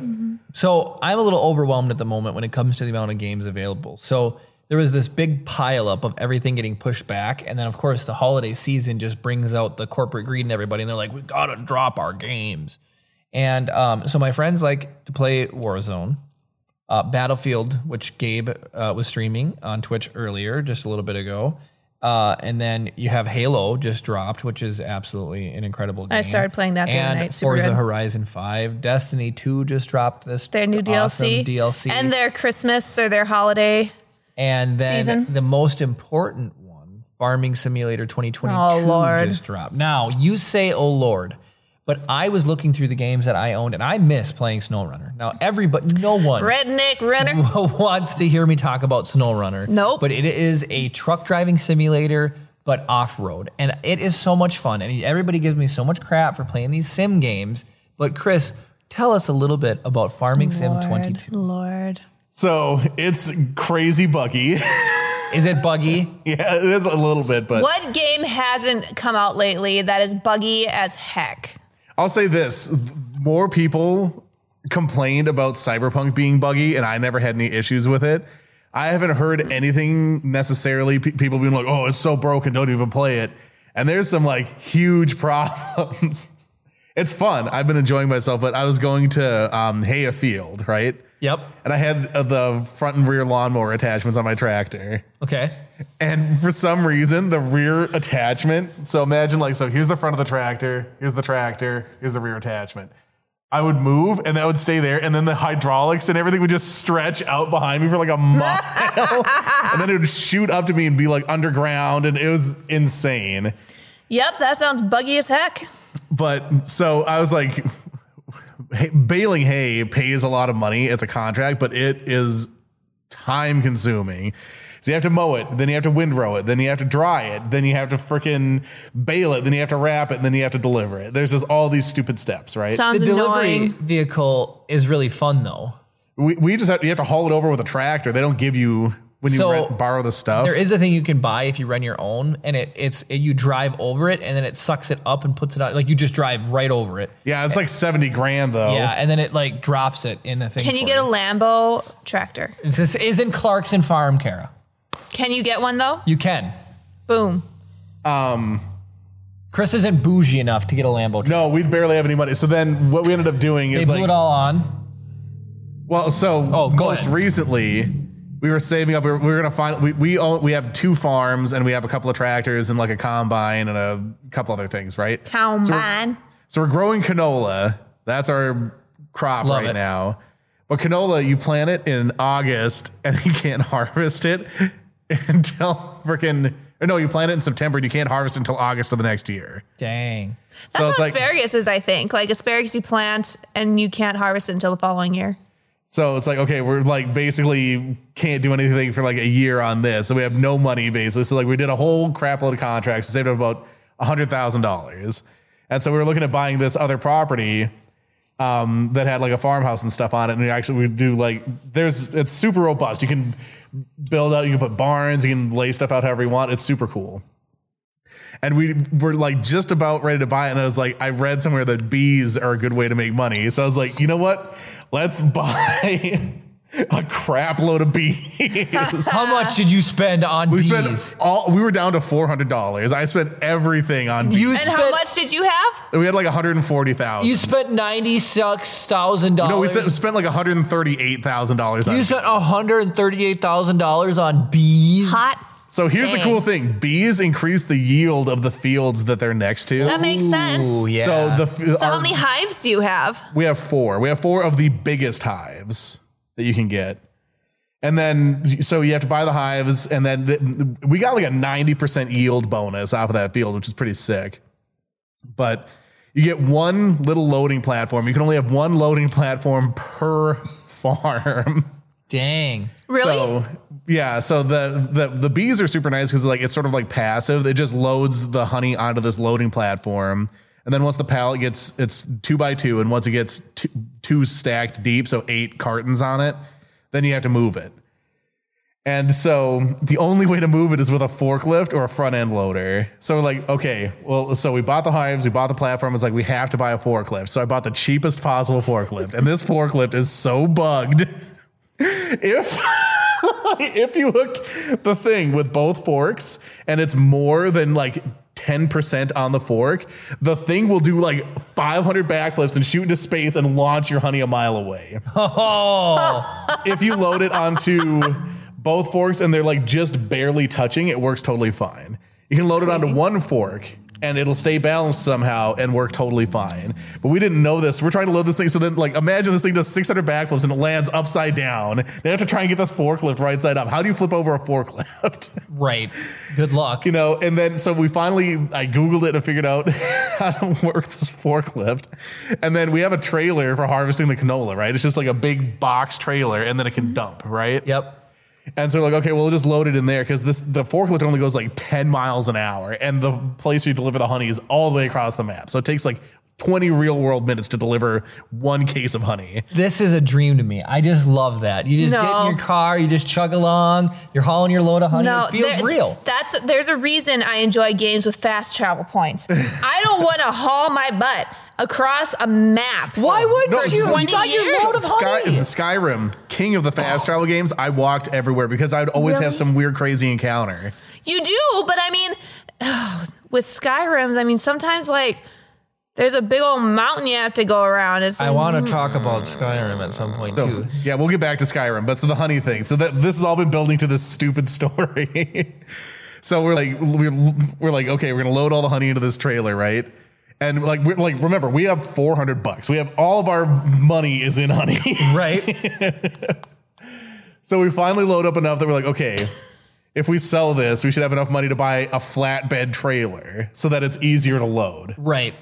A: So I'm a little overwhelmed at the moment when it comes to the amount of games available. So there was this big pileup of everything getting pushed back. And then, of course, the holiday season just brings out the corporate greed in everybody. And they're like, we got to drop our games. And um, so my friends like to play Warzone, uh, Battlefield, which Gabe uh, was streaming on Twitch earlier, just a little bit ago. Uh, and then you have Halo just dropped, which is absolutely an incredible game.
D: I started playing that the other
A: and
D: night. Super
A: Forza
D: good.
A: Horizon 5. Destiny 2 just dropped this
D: Their new
A: awesome
D: DLC,
A: DLC.
D: and their Christmas or their holiday.
A: And then
D: Season.
A: the most important one, Farming Simulator 2022
D: Oh, Lord.
A: just dropped. Now, you say, oh Lord, but I was looking through the games that I owned and I miss playing SnowRunner. Now, everybody, no one
D: Redneck Runner.
A: wants to hear me talk about SnowRunner.
D: Nope.
A: But it is a truck driving simulator, but off road. And it is so much fun. And everybody gives me so much crap for playing these sim games. But Chris, tell us a little bit about Farming Sim 22.
D: Lord.
C: So it's crazy buggy.
A: Is it buggy?
C: yeah, it is a little bit, but
D: What game hasn't come out lately that is buggy as heck?
C: I'll say this: more people complained about Cyberpunk being buggy, and I never had any issues with it. I haven't heard anything necessarily pe- people being like, "Oh, it's so broken, don't even play it." And there's some like huge problems. it's fun. I've been enjoying myself, but I was going to um, hay a field, right?
A: Yep.
C: And I had uh, the front and rear lawnmower attachments on my tractor.
A: Okay.
C: And for some reason, the rear attachment. So imagine like, so here's the front of the tractor, here's the tractor, here's the rear attachment. I would move and that would stay there. And then the hydraulics and everything would just stretch out behind me for like a mile. and then it would shoot up to me and be like underground. And it was insane.
D: Yep, that sounds buggy as heck.
C: But so I was like, hey, baling hay pays a lot of money as a contract, but it is time consuming. So you have to mow it, then you have to windrow it, then you have to dry it, then you have to freaking bale it, then you have to wrap it, and then you have to deliver it. There's just all these stupid steps, right?
A: The
D: Sounds
A: delivery
D: annoying.
A: vehicle is really fun though.
C: we, we just have, you have to haul it over with a tractor. They don't give you when you
A: So,
C: rent, borrow the stuff.
A: There is a thing you can buy if you run your own, and it it's it, you drive over it, and then it sucks it up and puts it out like you just drive right over it.
C: yeah, it's like seventy grand though.
A: Yeah, and then it like drops it in the thing.
D: Can you
A: for
D: get a Lambo tractor?
A: This isn't Clarkson Farm, Kara.
D: Can you get one though?
A: You can.
D: Boom.
A: Chris isn't bougie enough to get a Lambo. Truck.
C: No, we barely have any money. So then what we ended up doing
A: They
C: is
A: blew
C: like
A: it all on.
C: Well, so
A: Oh, go
C: most
A: ahead.
C: recently, we were saving up. We were, we were gonna find. We we own, we have two farms and we have a couple of tractors and like a combine and a couple other things, right?
D: Town
C: So we're-
D: man.
C: So we're growing canola. That's our crop
A: Love
C: right
A: it.
C: now. But canola, you plant it in August and you can't harvest it until freaking. Or no, you plant it in September and you can't harvest until August of the next year.
A: Dang.
C: so
D: That's
C: it's
D: how
C: like
D: asparagus is, I think. Like asparagus you plant and you can't harvest it until the following year.
C: So it's like, okay, we're like basically can't do anything for like a year on this. So we have no money basically. So like we did a whole crap load of contracts, saved up about hundred thousand dollars. And so we were looking at buying this other property um, that had like a farmhouse and stuff on it. And we actually we do like there's it's super robust. You can build out, you can put barns, you can lay stuff out however you want. It's super cool. And we were like just about ready to buy it. And I was like, I read somewhere that bees are a good way to make money. So I was like, you know what? Let's buy a crap load of bees.
D: Ah.
A: How much did you spend on
C: we
A: bees?
C: spent all we were down to four hundred dollars. I spent everything on bees.
A: you
D: And
A: spent
D: how much did you have?
C: we had like 140,000.
A: you spent ninety six thousand dollars.
C: no, we spent, spent like $138,000 on
A: You
C: bees.
A: spent one hundred and thirty eight thousand dollars on bees.
D: Hot.
C: So here's the
D: Dang.
C: cool thing: bees increase the yield of the fields that they're next to.
D: That makes
A: Ooh,
D: sense.
A: yeah.
C: So the f-
D: So
C: our-
D: how many hives do you have?
C: we have four. We have four of the biggest hives that you can get, and then so you have to buy the hives, and then the, we got like a ninety percent yield bonus off of that field, which is pretty sick. But you get one little loading platform. You can only have one loading platform per farm.
A: Dang.
D: Really?
C: So yeah, so the the the bees are super nice because like it's sort of like passive. It just loads the honey onto this loading platform, and then once the pallet gets it's two by two, and once it gets two, two stacked deep, so eight cartons on it, then you have to move it. And so the only way to move it is with a forklift or a front end loader. So we're like, okay, well, so we bought the hives, we bought the platform. It's like, we have to buy a forklift. So I bought the cheapest possible forklift. And this forklift is so bugged. If. if you hook the thing with both forks and it's more than like 10% on the fork, the thing will do like 500 backflips and shoot into space and launch your honey a mile away. if you load it onto both forks and they're like just barely touching, it works totally fine. You can load it onto one fork and it'll stay balanced somehow and work totally fine. But we didn't know this. We're trying to load this thing. So then, like, imagine this thing does 600 backflips and it lands upside down. They have to try and get this forklift right side up. How do you flip over a forklift?
A: Right. Good luck.
C: you know, and then so we finally I Googled it and figured out how to work this forklift. And then we have a trailer for harvesting the canola, right? It's just like a big box trailer and then it can dump, right?
A: Yep.
C: And so we're like, okay, we'll just load it in there because this the forklift only goes like 10 miles an hour. And the place you deliver the honey is all the way across the map. So it takes like 20 real world minutes to deliver one case of honey.
A: This is a dream to me. I just love that. You just get
D: No.
A: in your car, you just chug along, you're hauling your load of honey. it feels
D: there-
A: real.
D: That's there's a reason I enjoy games with fast travel points. I don't want to haul my butt across a map.
A: Why wouldn't
C: Oh. No,
A: you? You
D: 20
A: got your
D: years.
A: load of
C: Sky,
A: honey.
C: Skyrim, king of the fast travel games, I walked everywhere because I'd always
D: Really?
C: have some weird, crazy encounter.
D: You do, but I mean, with Skyrim, I mean sometimes like there's a big old mountain you have to go around. It's
A: I
D: like,
A: want to talk about Skyrim at some point too.
C: Yeah, we'll get back to Skyrim, but so the honey thing. So that this has all been building to this stupid story. so we're like we're, we're like okay, we're gonna load all the honey into this trailer, right? And like we're like remember we have four hundred bucks. We have all of our money is in honey.
A: Right?
C: so we finally load up enough that we're like okay. If we sell this, we should have enough money to buy a flatbed trailer so that it's easier to load.
A: right.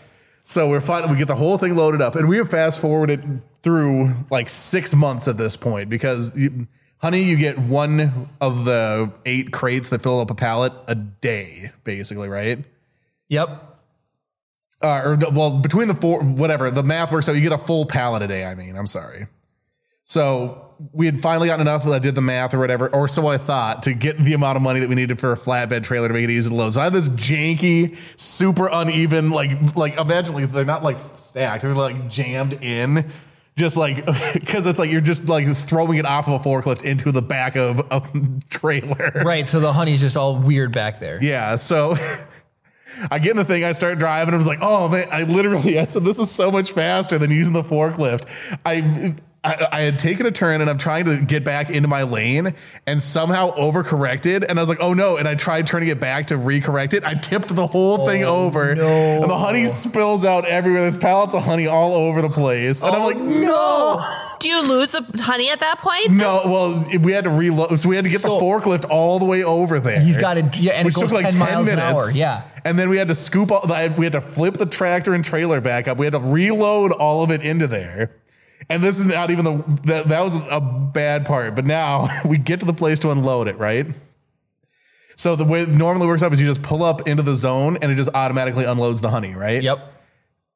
C: So we're finally we get the whole thing loaded up, and we have fast forwarded through like six months at this point because you, honey, you get one of the eight crates that fill up a pallet a day, basically, right?
A: Yep.
C: Uh, or no, well, between the four, whatever the math works out, you get a full pallet a day. I mean, I'm sorry. So we had finally gotten enough. that I did the math or whatever, or so I thought, to get the amount of money that we needed for a flatbed trailer to make it easy to load. So I have this janky, super uneven, like like imagine like, they're not like stacked, they're like jammed in. Just like, because it's like you're just like throwing it off of a forklift into the back of a trailer.
A: Right. So the honey's just all weird back there.
C: Yeah, so I get in the thing, I start driving, I was like, oh man, I literally, I said, this is so much faster than using the forklift. I, I, I had taken a turn and I'm trying to get back into my lane and somehow overcorrected. And I was like, oh no. And I tried turning it back to recorrect it. I tipped the whole thing over
A: Oh, no.
C: and the honey spills out everywhere. There's pallets of honey all over the place.
A: Oh,
C: And I'm like, no.
D: Do you lose the honey at that point?
C: No, well, if we had to reload, so we had to get
A: So-
C: the forklift all the way over there.
A: He's got it- yeah, and it
C: Which
A: goes
C: took like
A: 10 miles an hour, yeah.
C: and then we had to scoop all. I- We had to flip the tractor and trailer back up. We had to reload all of it into there. And this is not even the that, that was a bad part. But now we get to the place to unload it, right? So the way it normally works up is you just pull up into the zone and it just automatically unloads the honey, right?
A: Yep.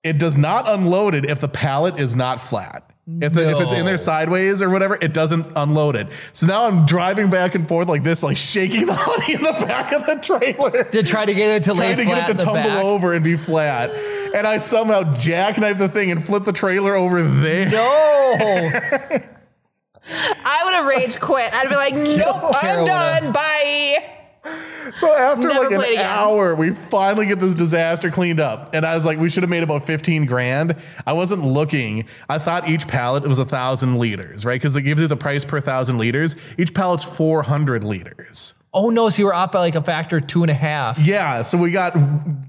C: it does not unload it if the pallet is not flat. If, the, if it's in
A: No.
C: there sideways or whatever, it doesn't unload it. So now I'm driving back and forth like this, like shaking the honey in the back of the trailer,
A: To try to get it to lay
C: trying to
A: flat
C: get it
A: in
C: to
A: the
C: tumble
A: back.
C: over and be flat. And I somehow jackknife the thing and flip the trailer over there.
A: No.
D: I would have rage quit. I'd be like, nope, I'm
A: Carolina.
D: done. Bye.
C: So after
D: Never
C: like
D: played
C: an
D: again.
C: hour, we finally get this disaster cleaned up. And I was like, we should have made about 15 grand. I wasn't looking. I thought each pallet was a thousand liters, right? Because it gives you the price per thousand liters. Each pallet's 400 liters.
A: Oh no. So you were up by like a factor two and a half.
C: Yeah. So we got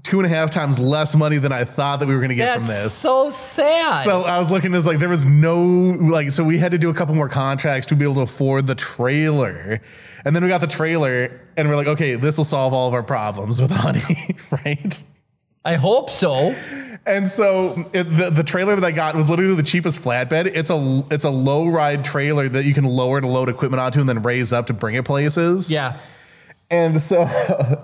C: two and a half times less money than I thought that we were going to get from
A: That's
C: this.
A: so sad.
C: So I was looking as like there was no like so we had to do a couple more contracts to be able to afford the trailer. And then we got the trailer and we're like, okay, this will solve all of our problems with honey, right?
A: I hope so.
C: And so it, the, the trailer that I got was literally the cheapest flatbed. It's a it's a low ride trailer that you can lower to load equipment onto and then raise up to bring it places.
A: Yeah.
C: And so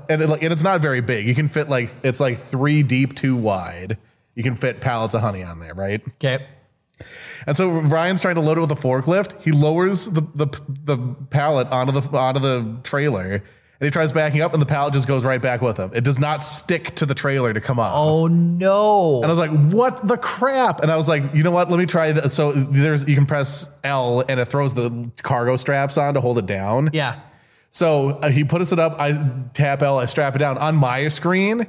C: and it, like and it's not very big. You can fit like it's like three deep, two wide. You can fit pallets of honey on there, right?
A: Okay.
C: And so Ryan's trying to load it with a forklift. He lowers the the, the pallet onto the onto the trailer, and he tries backing up, and the pallet just goes right back with him. It does not stick to the trailer to come off.
A: Oh no.
C: And I was like, "What the crap?" And I was like, "You know what? Let me try that." So there's you can press L, and it throws the cargo straps on to hold it down.
A: yeah.
C: So uh, he puts it up. I tap L. I strap it down on my screen.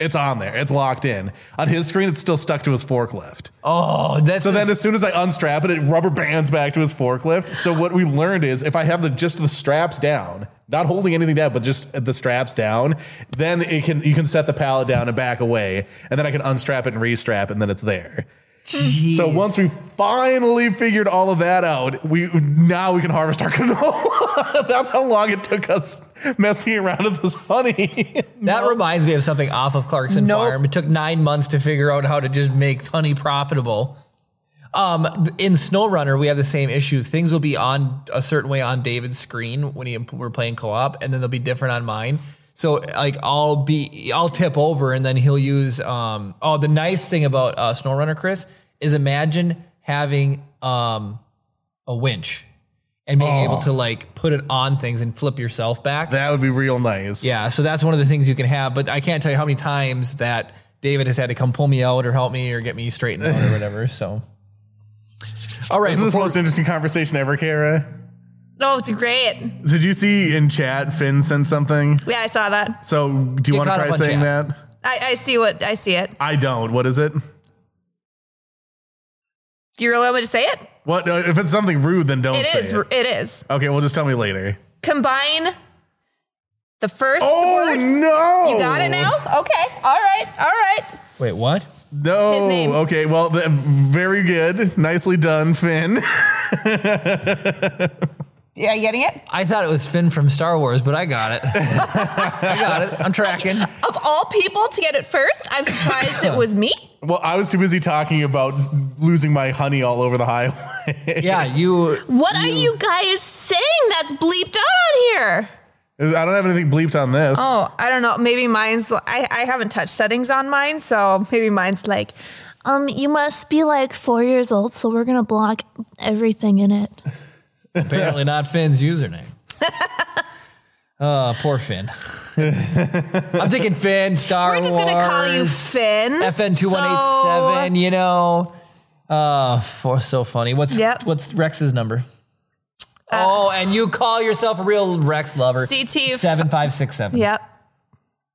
C: It's on there. It's locked in. On his screen, it's still stuck to his forklift.
A: Oh, that's
C: So then, as soon as I unstrap it, it rubber bands back to his forklift. So what we learned is, if I have the just the straps down, not holding anything down, but just the straps down, then it can you can set the pallet down and back away, and then I can unstrap it and restrap, it, and then it's there. So once we finally figured all of that out, we now we can harvest our canola. That's how long it took us messing around with this honey.
A: that reminds me of something off of Clarkson
C: Nope.
A: Farm. It took nine months to figure out how to just make honey profitable. Um, in SnowRunner, we have the same issue. Things will be on a certain way on David's screen when he we're playing co-op, and then they'll be different on mine. So like I'll be I'll tip over, and then he'll use. Um, oh, the nice thing about uh, SnowRunner, Chris, is imagine having um, a winch and being able to like put it on things and flip yourself back.
C: that would be real nice.
A: Yeah, so that's one of the things you can have, but I can't tell you how many times that David has had to come pull me out or help me or get me straightened out or whatever. So, all right,
C: Isn't this the
A: before-
C: most interesting conversation ever, Kara?
D: Oh, it's great.
C: Did you see in chat Finn sent something?
D: Yeah, I saw that.
C: So do you
A: Get
C: want to
A: caught
C: try
A: up on
C: saying
A: chat.
C: that?
D: I, I see what I see it.
C: I don't. What is it?
D: Do you really want me to say it?
C: What uh, if it's something rude? Then don't
D: It
C: say
D: is.
C: it.
D: It is.
C: Okay, well, just tell me later.
D: Combine the first
C: Oh
D: word.
C: no!
D: You got it now? Okay. All right. All right.
A: wait, what?
C: No.
D: His name.
C: Okay. Well, th- very good. Nicely done, Finn.
D: Yeah, you getting it?
A: I thought it was Finn from Star Wars, but I got it. I got it. I'm tracking.
D: Of all people to get it first, I'm surprised it was me.
C: well, I was too busy talking about losing my honey all over the highway.
A: Yeah, you.
D: What are you guys saying that's bleeped out on here?
C: I don't have anything bleeped on this.
D: Oh, I don't know. Maybe mine's. I, I haven't touched settings on mine, so maybe mine's like,
E: Um, you must be like four years old, so we're gonna block everything in it.
A: Apparently not Finn's username. Uh, poor Finn. I'm thinking Finn Star
D: we're just gonna call you
A: Wars,
D: Finn.
A: FN two one eight seven. You know, uh, for, so funny. What's
D: Yep.
A: what's Rex's number? oh, and you call yourself a real Rex lover?
D: CT f-
A: seven five six seven.
D: Yep.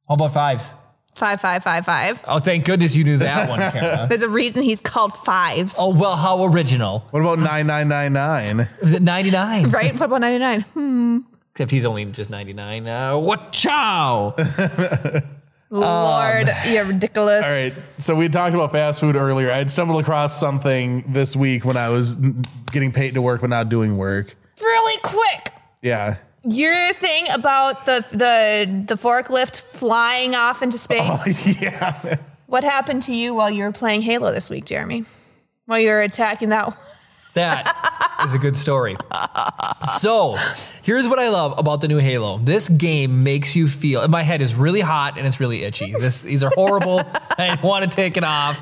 A: How about fives?
D: Five five five five.
A: Oh, thank goodness you knew that one, Kara.
D: There's a reason he's called fives.
A: oh well, how original.
C: What about nine nine nine nine?
A: Was it ninety nine?
D: Right? What about 99?
A: Um, Except he's only just ninety nine. Uh, what chow?
D: Lord, you're ridiculous.
C: All right. So we had talked about fast food earlier. I had stumbled across something this week when I was getting paid to work but not doing work.
D: Really quick.
C: Yeah.
D: Your thing about the the the forklift flying off into space.
A: Oh.
C: yeah.
D: What happened to you while you were playing Halo this week, Jeremy? While you were attacking that
A: That is a good story. So, here's what I love about the new Halo. This game makes you feel. My head is really hot and it's really itchy. This these are horrible. I want to take it off,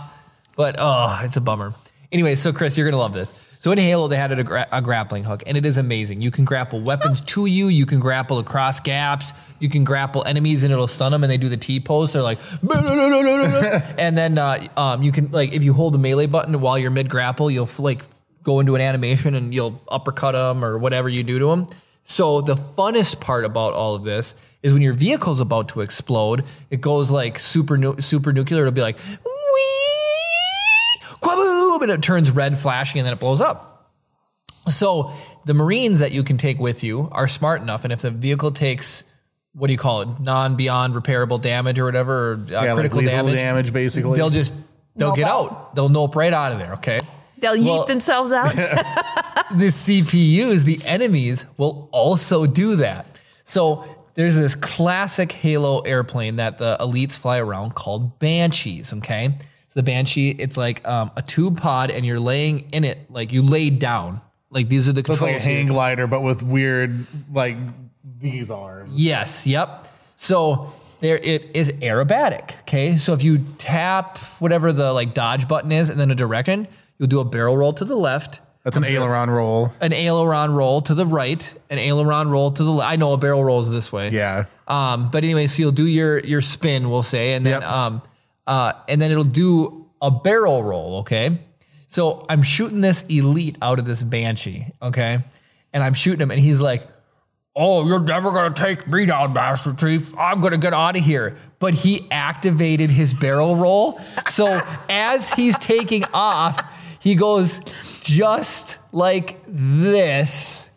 A: but oh, it's a bummer. Anyway, so Chris, you're gonna love this. So in Halo, they had a, gra- a grappling hook, and it is amazing. You can grapple weapons to you. You can grapple across gaps. You can grapple enemies, and it'll stun them. And they do the T pose. They're like, and then uh, um, you can like if you hold the melee button while you're mid grapple, you'll like go into an animation and you'll uppercut them or whatever you do to them. So the funnest part about all of this is when your vehicle's about to explode, it goes like super nu- super nuclear. It'll be like wee, quaboom, and it turns red, flashing, and then it blows up. So the Marines that you can take with you are smart enough, and if the vehicle takes what do you call it, non beyond repairable damage or whatever, or, uh,
C: Yeah,
A: critical
C: like lethal
A: damage,
C: damage, basically.
A: they'll just they'll
D: Nope
A: get
D: out.
A: out. They'll nope right out of there. Okay
D: they'll yeet
A: Well-
D: themselves out.
A: the CPUs, the enemies, will also do that. So there's this classic Halo airplane that the elites fly around called Banshees. Okay, so the Banshee, it's like um, a tube pod, and you're laying in it like you laid down. Like these are the
C: It's
A: controls.
C: like a
A: here.
C: hang glider, but with weird like these arms.
A: Yes. Yep. So there it is aerobatic. Okay, so if you tap whatever the like dodge button is, and then a direction, you'll do a barrel roll to the left,
C: That's an aileron roll.
A: an aileron roll to the right, an aileron roll to the. Le- I know a barrel roll is this way.
C: Yeah.
A: Um, but anyway, so you'll do your your spin, we'll say, and then
C: Yep.
A: um, uh, and then it'll do a barrel roll. Okay, so I'm shooting this elite out of this banshee. Okay, and I'm shooting him, and he's like, "Oh, you're never gonna take me down, Master Chief. I'm gonna get out of here." But he activated his barrel roll, so as he's taking off, he goes just like this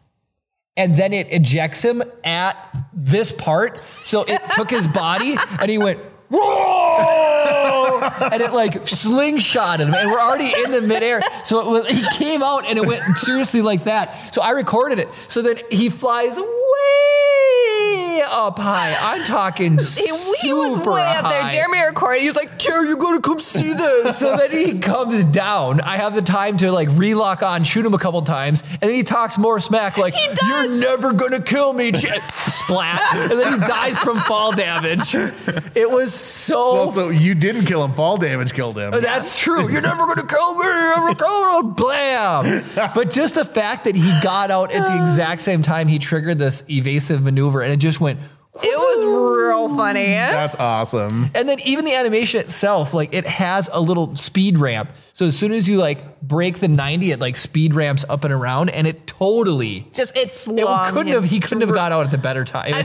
A: and then it ejects him at this part. So it took his body and he went,
C: Oh!
A: Whoa! and it like slingshotted him, and we're already in the midair. So it was, he came out and it went seriously like that. So I recorded it. So then he flies way up high. I'm talking
D: He,
A: super
D: he was way up there.
A: high.
D: Jeremy recorded. He was like,
A: Here, you gotta come see this. so then he comes down. I have the time to like relock on, shoot him a couple times, and then he talks more smack like,
D: He does.
A: "You're never gonna kill me," J-" splat, and then he dies from fall damage. It was so.
C: Also, you didn't kill him. Fall damage killed him.
A: Oh, that's true. You're never gonna kill me. I'm a criminal. Blam. But just the fact that he got out at the exact same time he triggered this evasive maneuver, and it just went.
D: it was real funny.
C: That's awesome.
A: And then even the animation itself, like it has a little speed ramp. So as soon as you like break the 90, it like speed ramps up and around and it totally
D: Just it's
A: it
D: long.
A: couldn't have he couldn't have got out at the better time.
D: I'm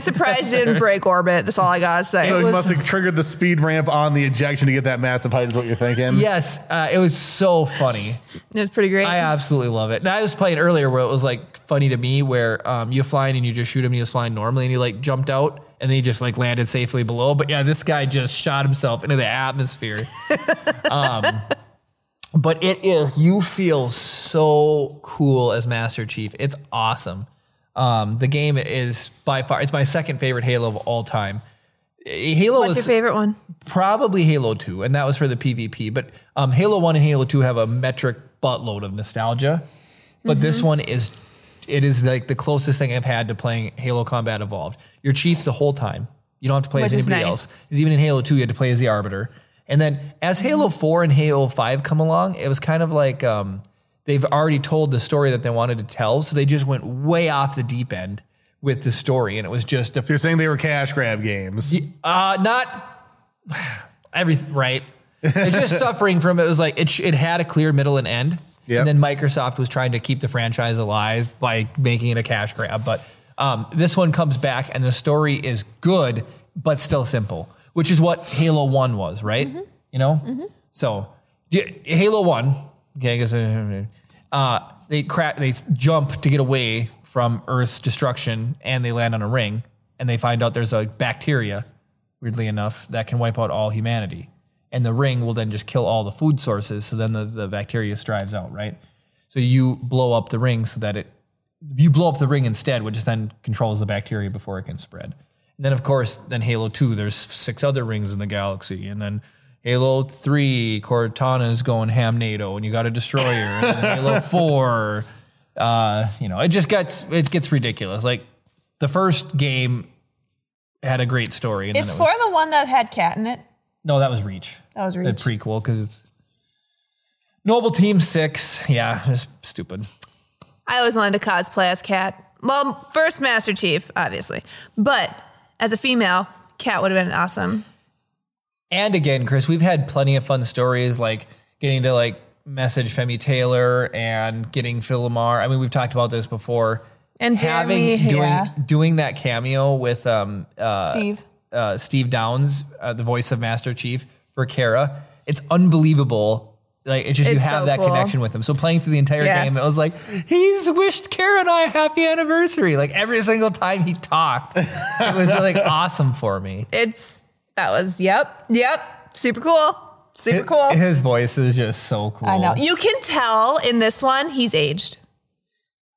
D: surprised it didn't break orbit. That's all I gotta say.
C: So he
A: was-
C: must have triggered the speed ramp on the ejection to get that massive height, is what you're thinking.
A: Yes, uh, it was so funny.
D: it was pretty great.
A: I absolutely love it. And I was playing earlier where it was like funny to me, where um, you're flying and you just shoot him, and he was flying normally, and he like jumped out and then he just like landed safely below. But yeah, this guy just shot himself into the atmosphere. um, but it is you feel so cool as Master Chief. It's awesome. Um, the game is by far it's my second favorite Halo of all time. Halo
D: What's
A: is
D: your favorite one?
A: probably Halo 2, and that was for the PvP. But um, Halo 1 and Halo 2 have a metric buttload of nostalgia. But this
D: Mm-hmm.
A: one is, it is like the closest thing I've had to playing Halo Combat Evolved. You're Chief the whole time. You don't have to play as
D: Which is
A: anybody
D: nice.
A: else. 'Cause even in Halo 2, you had to play as the Arbiter. And then as Halo 4 and Halo 5 come along, it was kind of like um, they've already told the story that they wanted to tell. So they just went way off the deep end with the story. And it was just a
C: So you're saying they were cash grab games.
A: uh, not everything, right? It's just suffering from it. was like it, sh- it had a clear middle and end.
C: Yep.
A: And then Microsoft was trying to keep the franchise alive by making it a cash grab. But um, this one comes back and the story is good, but still simple, which is what Halo 1 was, right? You know? So, d- Halo 1, okay, I guess, uh, they, cra- they jump to get away from Earth's destruction and they land on a ring and they find out there's a bacteria weirdly enough, that can wipe out all humanity. And the ring will then just kill all the food sources. So then the, the bacteria strives out, right? So you blow up the ring so that it, you blow up the ring instead, which then controls the bacteria before it can spread. And then, of course, then Halo 2, there's six other rings in the galaxy. And then Halo 3, Cortana's going ham NATO and you got a destroyer. And then Halo 4, uh, you know, it just gets, it gets ridiculous. Like the first game had a great story. And
B: Is
A: then it was-
B: four the one that had cat in it?
A: no, that was Reach.
B: That was
A: The
B: Reach.
A: prequel because it's Noble Team Six. Yeah, it's stupid.
D: I always wanted to cosplay as Cat. Well, first Master Chief, obviously, but as a female, Cat would have been awesome.
A: And again, Chris, we've had plenty of fun stories like getting to like message Femi Taylor and getting Phil Lamar. I mean, we've talked about this before.
D: And Jeremy,
A: having doing
B: yeah.
A: doing that cameo with um uh,
B: Steve.
A: uh, Steve Downs, uh, the voice of Master Chief for Kara. It's unbelievable. Like it's just
D: It's
A: you have
D: so
A: that
D: cool.
A: connection with him. So playing through the entire
D: Yeah.
A: game, it was like he's wished Kara and I a happy anniversary. Like every single time he talked, it was like awesome for me.
D: It's that was yep, yep, super cool, super cool.
A: His voice is just so cool.
B: I know.
D: You can tell in this one he's aged.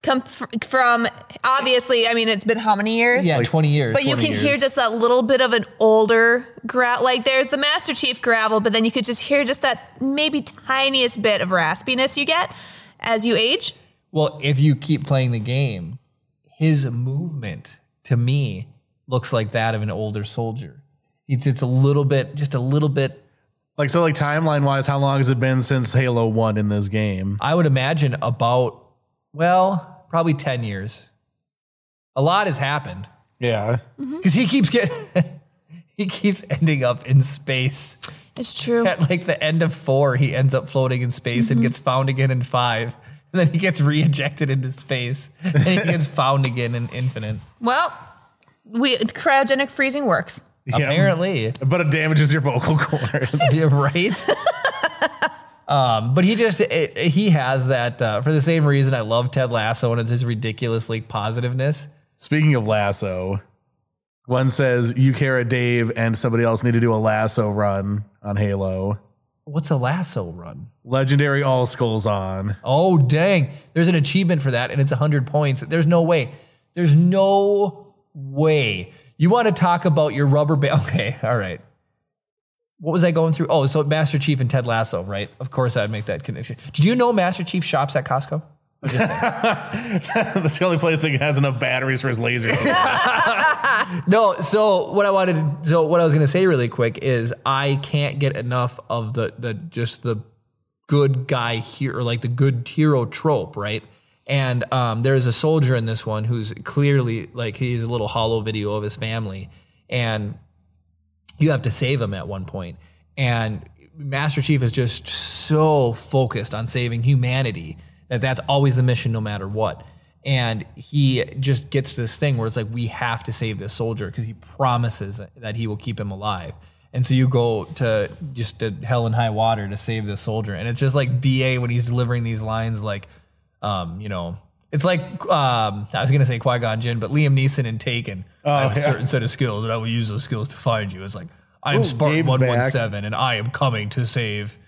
D: Come fr- from obviously, I mean, it's been how many years?
A: Yeah, twenty years.
D: But you
A: 20
D: can
A: years.
D: hear just that little bit of an older growl. Like there's the Master Chief gravel, but then you could just hear just that maybe tiniest bit of raspiness you get as you age.
A: Well, if you keep playing the game, his movement to me looks like that of an older soldier. It's it's a little bit, just a little bit.
C: Like so, like timeline wise, how long has it been since Halo One in this game?
A: I would imagine about well, probably ten years. A lot has happened
C: Yeah,
E: Hmm?
A: because he keeps getting. He keeps ending up in space.
E: It's true. Mm-hmm.
A: At like the end of four, he ends up floating in space and gets found again in five. And then he gets re ejected into space. And he gets found again in infinite.
D: Well, we cryogenic freezing works.
C: Yeah.
A: Apparently.
C: but it damages your vocal cords.
A: Yeah, right? um, but he just it, it- he has that uh, for the same reason I love Ted Lasso and it's his ridiculous like positiveness.
C: Speaking of lasso, one says you Kara Dave and somebody else need to do a lasso run on Halo.
A: What's a lasso run?
C: Legendary all skulls on.
A: Oh dang! There's an achievement for that, and it's hundred points. There's no way. There's no way. You want to talk about your rubber band? Okay, all right. What was I going through? Oh, so Master Chief and Ted Lasso, right? Of course, I'd make that connection. Did you know Master Chief shops at Costco?
C: That's the only place that has enough batteries for his lasers.
A: No, so what I wanted to- so what I was gonna say really quick is I can't get enough of the the just the good guy hero like the good hero trope, right? And um, there's a soldier in this one who's clearly like he's a little hollow video of his family, and you have to save him at one point. And Master Chief is just so focused on saving humanity that that's always the mission, no matter what. And he just gets this thing where it's like, we have to save this soldier because he promises that he will keep him alive. And so you go to just to hell and high water to save this soldier. And it's just like BA when he's delivering these lines, like, um, you know, it's like um, I was gonna say Qui Gon Jinn, but Liam Neeson and Taken. I have a
C: yeah.
A: certain set of skills, and I will use those skills to find you. It's like I am
C: Ooh,
A: Spartan
C: Gabe's
A: One
C: back.
A: One Seven, and I am coming to save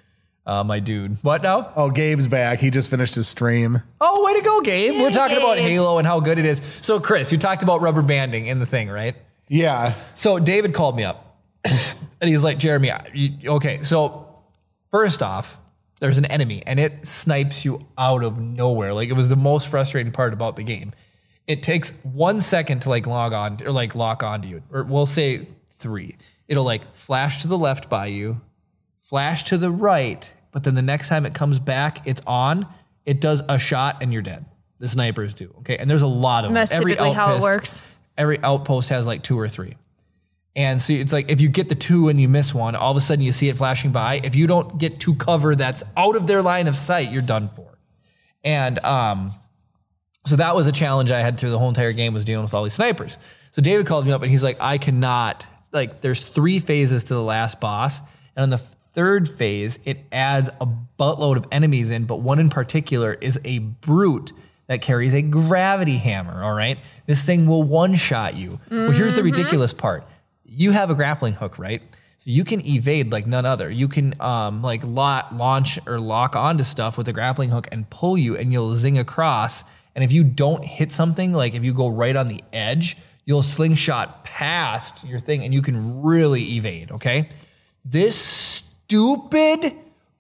A: uh, my dude. What now?
C: oh, Gabe's back. He just finished his stream.
A: Oh, way to go, Gabe! We're talking about
D: Gabe.
A: Halo and how good it is. So, Chris, you talked about rubber banding in the thing, right?
C: Yeah.
A: So David called me up and he's like, Jeremy, I- you- okay, so first off, there's an enemy and it snipes you out of nowhere. Like it was the most frustrating part about the game. It takes one second to like log on or like lock onto you, or we'll say three. It'll like flash to the left by you, flash to the right, but then the next time it comes back, it's on, it does a shot and you're dead. The snipers do. Okay. And there's a lot of them.
D: That's typically how it works.
A: Every outpost has like two or three. And so it's like if you get the two and you miss one, all of a sudden you see it flashing by. If you don't get to cover that's out of their line of sight, you're done for. And um, so that was a challenge I had through the whole entire game was dealing with all these snipers. So David called me up and he's like, I cannot like there's three phases to the last boss. And on the third phase, it adds a buttload of enemies in, but one in particular is a brute that carries a gravity hammer. All right. This thing will one shot you. Well, here's the ridiculous part. You have a grappling hook, right? So you can evade like none other. You can um, like lo- launch or lock onto stuff with a grappling hook and pull you, and you'll zing across. And if you don't hit something, like if you go right on the edge, you'll slingshot past your thing, and you can really evade. Okay, this stupid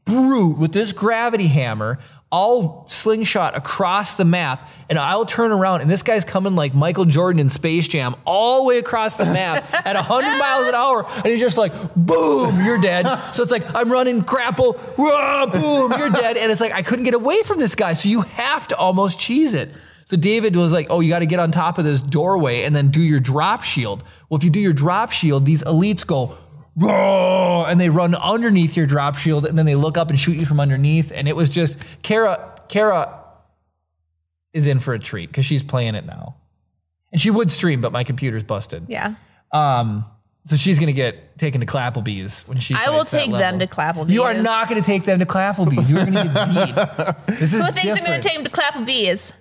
A: brute with this gravity hammer. I'll slingshot across the map and I'll turn around and this guy's coming like Michael Jordan in Space Jam all the way across the map at 100 miles an hour and he's just like boom you're dead. So it's like I'm running grapple wah, boom you're dead and it's like I couldn't get away from this guy so you have to almost cheese it. So David was like, "Oh, you got to get on top of this doorway and then do your drop shield." Well, if you do your drop shield, these elites go "Roar," and they run underneath your drop shield and then they look up and shoot you from underneath and it was just Kara Kara is in for a treat cuz she's playing it now. And she would stream but my computer's busted.
D: Yeah.
A: Um so she's going to get taken to Clapplebees when she
D: I will
A: fights that
D: take
A: level.
D: them to Clapplebees.
A: You are not going to take them to Clapplebees. You're going to get beat. This is
D: Who thinks I'm going
A: different.
D: to take him to Clapplebees?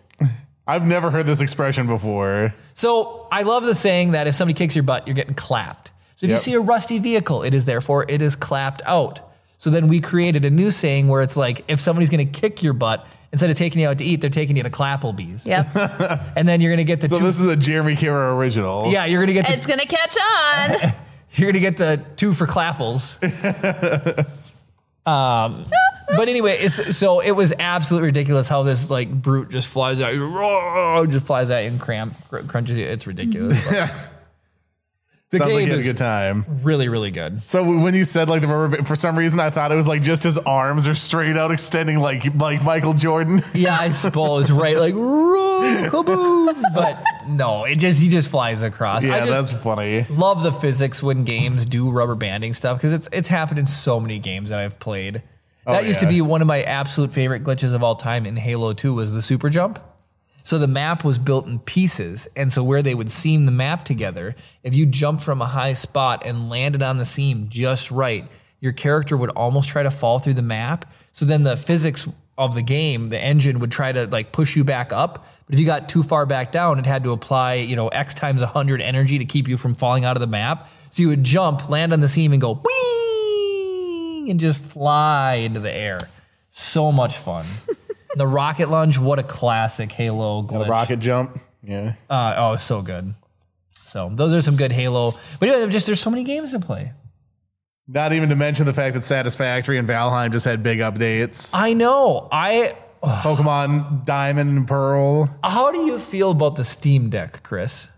C: I've never heard this expression before.
A: So I love the saying that if somebody kicks your butt, you're getting clapped. So if
C: Yep.
A: you see a rusty vehicle, it is therefore it is clapped out. So then we created a new saying where it's like if somebody's going to kick your butt instead of taking you out to eat, they're taking you to Clapplebees,
D: Yep.
A: and then you're going to get the
C: So
A: two.
C: this is a Jeremy Kara original.
A: yeah, you're going to get the
D: it's going to catch on.
A: You're gonna get the two for clapples. um, but anyway, it's, so it was absolutely ridiculous how this like brute just flies out, just flies out and cramp crunches you. It's ridiculous. The
C: Sounds like
A: game
C: you had a
A: is
C: good time.
A: really, really good.
C: So when you said like the rubber, band, for some reason I thought it was like just his arms are straight out extending like like Michael Jordan.
A: Yeah, I suppose right, like "Roo, kaboom. But no, it just he just flies across. I
C: yeah,
A: just
C: that's funny.
A: love the physics when games do rubber banding stuff because it's it's happened in so many games that I've played. that used to
C: Oh, yeah.
A: be one of my absolute favorite glitches of all time in Halo 2 was the super jump. So the map was built in pieces, and so where they would seam the map together, if you jumped from a high spot and landed on the seam just right, your character would almost try to fall through the map. So then the physics of the game, the engine would try to like push you back up, but if you got too far back down, it had to apply, you know, X times 100 energy to keep you from falling out of the map. So you would jump, land on the seam and go wing and just fly into the air. So much fun. the rocket lunge, what a classic Halo glitch.
C: Rocket jump. Yeah.
A: Uh, oh, it's so good. So those are some good Halo. But anyway, just there's so many games to play.
C: Not even to mention the fact that Satisfactory and Valheim just had big updates.
A: I know. I.
C: Pokemon Diamond and Pearl.
A: How do you feel about the Steam Deck, Chris?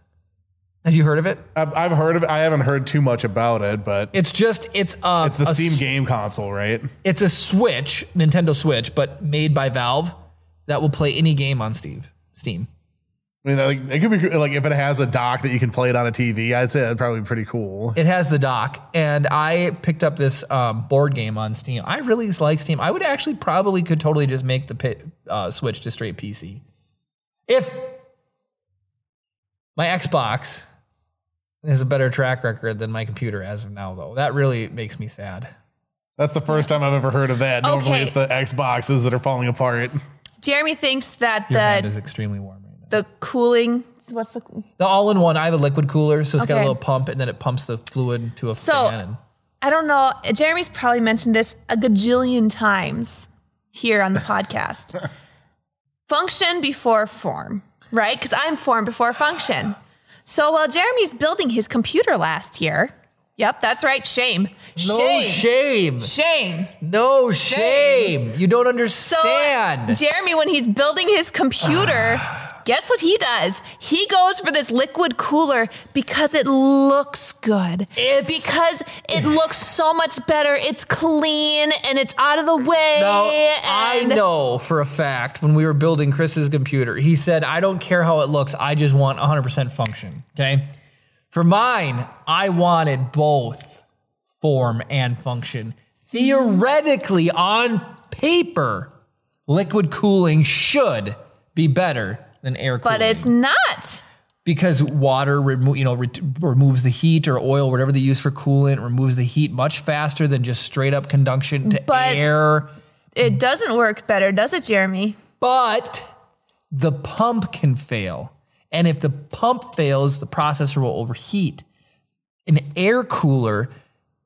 A: Have you heard of it?
C: I've I've heard of. I haven't heard too much about it, but
A: It's just it's a
C: it's the
A: a
C: Steam
A: s-
C: game console, right?
A: It's a Switch, Nintendo Switch, but made by Valve that will play any game on Steam. Steam.
C: I mean, like it could be like if it has a dock that you can play it on a TV. I'd say that'd probably be pretty cool.
A: It has the dock, and I picked up this um, board game on Steam. I really like Steam. I would actually probably could totally just make the pit, uh, switch to straight PC if my Xbox has a better track record than my computer as of now. Though that really makes me sad.
C: That's the first time I've ever heard of that. Normally,
D: Okay.
C: it's the Xboxes that are falling apart.
D: Jeremy thinks that
A: Your hand
D: the
A: is extremely warm right now.
D: the cooling what's the
A: The all-in-one. I have a liquid cooler, so it's got a
D: Okay.
A: little pump, and then it pumps the fluid to a
D: So-
A: fan. and-
D: I don't know. Jeremy's probably mentioned this a gajillion times here on the podcast. function before form, right? Because I'm form before function. So while Jeremy's building his computer last year, yep, that's right. Shame.
A: No
D: shame.
A: shame.
D: Shame.
A: No shame. You don't
D: So
A: understand.
D: Jeremy, when he's building his computer, guess what he does? He goes for this liquid cooler because it looks good.
A: It's-
D: because it looks so much better. It's clean and it's out of the way.
A: Now, I
D: and
A: know for a fact when we were building Chris's computer, he said, I don't care how it looks, I just want 100% function. Okay. For mine, I wanted both form and function. Theoretically, on paper, liquid cooling should be better than air cooling.
D: But it's not.
A: because water remo- you know re- removes the heat or oil whatever they use for coolant removes the heat much faster than just straight up conduction to
D: But-
A: air.
D: It doesn't work better, does it, Jeremy?
A: but the pump can fail. And if the pump fails, the processor will overheat. An air cooler,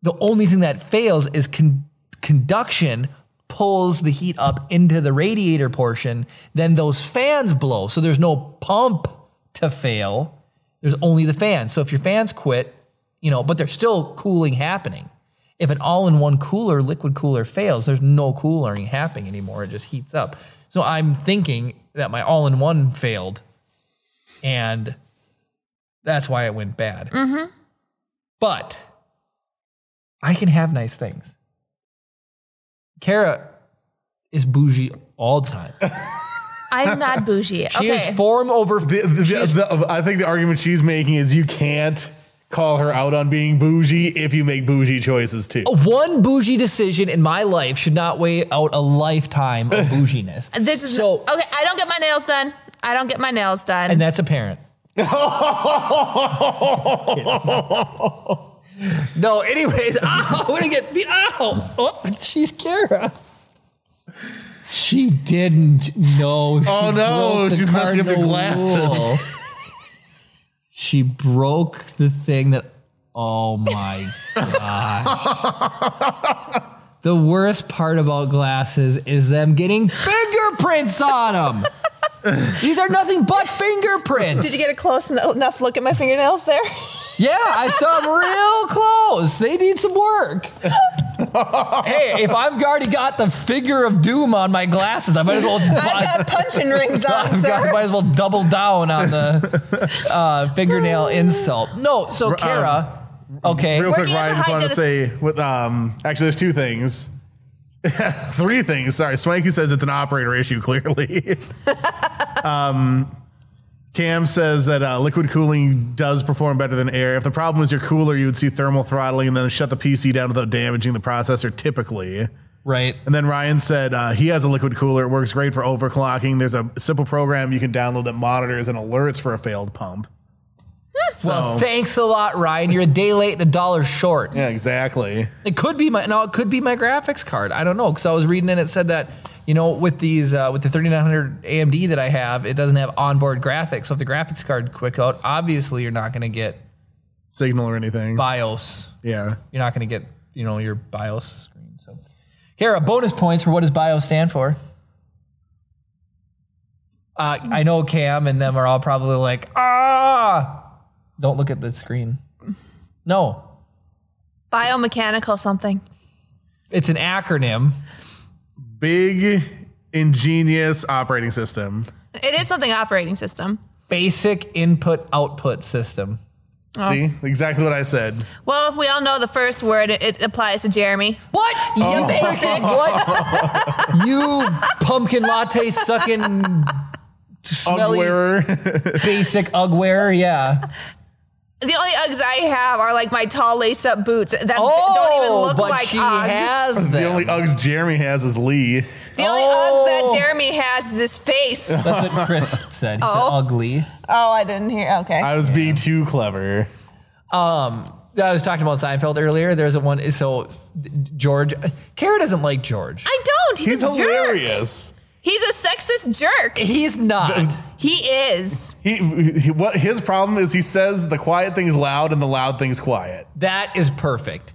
A: the only thing that fails is con- conduction pulls the heat up into the radiator portion, then those fans blow. So there's no pump to fail. There's only the fans. So if your fans quit, you know, but there's still cooling happening. If an all-in-one cooler, liquid cooler fails, there's no cooling happening anymore. It just heats up. So I'm thinking that my all-in-one failed, and that's why it went bad. But I can have nice things. Kara is bougie all the time.
D: I'm not bougie.
A: She
D: okay.
A: is form over.
C: The- the- the- I think the argument she's making is you can't call her out on being bougie if you make bougie choices
A: Oh,
C: too.
A: one bougie decision in my life should not weigh out a lifetime of bouginess.
D: this is
A: so,
D: okay. I don't get my nails done. I don't get my nails done.
A: and that's apparent. No, anyways, ow, I'm gonna get beat. Ow! Oh, she's Kara. She didn't know. she
C: Oh, no,
A: broke the
C: she's messing up your
A: cardinal
C: glasses.
A: rule. she broke the thing that. Oh my gosh. the worst part about glasses is them getting fingerprints on them. These are nothing but fingerprints.
D: Did you get a close enough look at my fingernails there?
A: Yeah, I saw them real close. They need some work. hey, if I've already got the figure of doom on my glasses, I might as well.
D: I've got punching rings on,
A: I've got-
D: sir.
A: might as well double down on the uh, fingernail insult. No, so Kara, Okay.
C: um, Real quick,
D: Working as
C: Ryan,
D: a
C: just wanted to
D: hygienist-
C: say with um actually there's two things. Three things. Sorry. Swanky says it's an operator issue, clearly. um Cam says that uh, liquid cooling does perform better than air. If the problem is your cooler, you would see thermal throttling and then shut the PC down without damaging the processor typically.
A: Right.
C: And then Ryan said uh, he has a liquid cooler. It works great for overclocking. There's a simple program you can download that monitors and alerts for a failed pump. so,
A: Well, thanks a lot, Ryan. You're a day late and a dollar short.
C: yeah, exactly.
A: It could be my no, it could be my graphics card. I don't know because I was reading and it said that you know with these uh, with the 3900 AMD that I have, it doesn't have onboard graphics. So if the graphics card quick out, obviously you're not going to get
C: Signal or anything.
A: BIOS.
C: Yeah.
A: You're not going to get you know your BIOS screen. So here are bonus points for what does BIOS stand for. Uh, I know Cam and them are all probably like ah, don't look at the screen. No,
D: Biomechanical something.
A: it's an acronym.
C: Big ingenious operating system.
D: It is something operating system.
A: basic input output system.
C: See? Exactly what I said.
D: Well, we all know the first word. It, it applies to Jeremy.
A: What? You
D: Oh.
A: basic what? you pumpkin latte sucking smelly
C: Ugwearer.
A: basic UGG wearer, yeah.
D: The only Uggs I have are like my tall lace-up boots that don't even
A: Oh,
D: look
A: but
D: like
A: she
D: Uggs.
A: has them.
C: the only Uggs Jeremy has is Lee.
D: the only Uggs
A: Oh.
D: that Jeremy has is his face. oh,
A: That's what Chris said. He
D: Oh.
A: said ugly.
D: I didn't hear. Okay.
C: I was being too clever.
A: Um, I was talking about Seinfeld earlier. There's a one. So George, Kara doesn't like George.
D: I don't. He's,
C: He's
D: a jerk.
C: hilarious.
D: He's a sexist jerk.
A: He's not.
D: He is.
C: He, he what his problem is he says the quiet thing's loud and the loud thing's quiet.
A: That is perfect.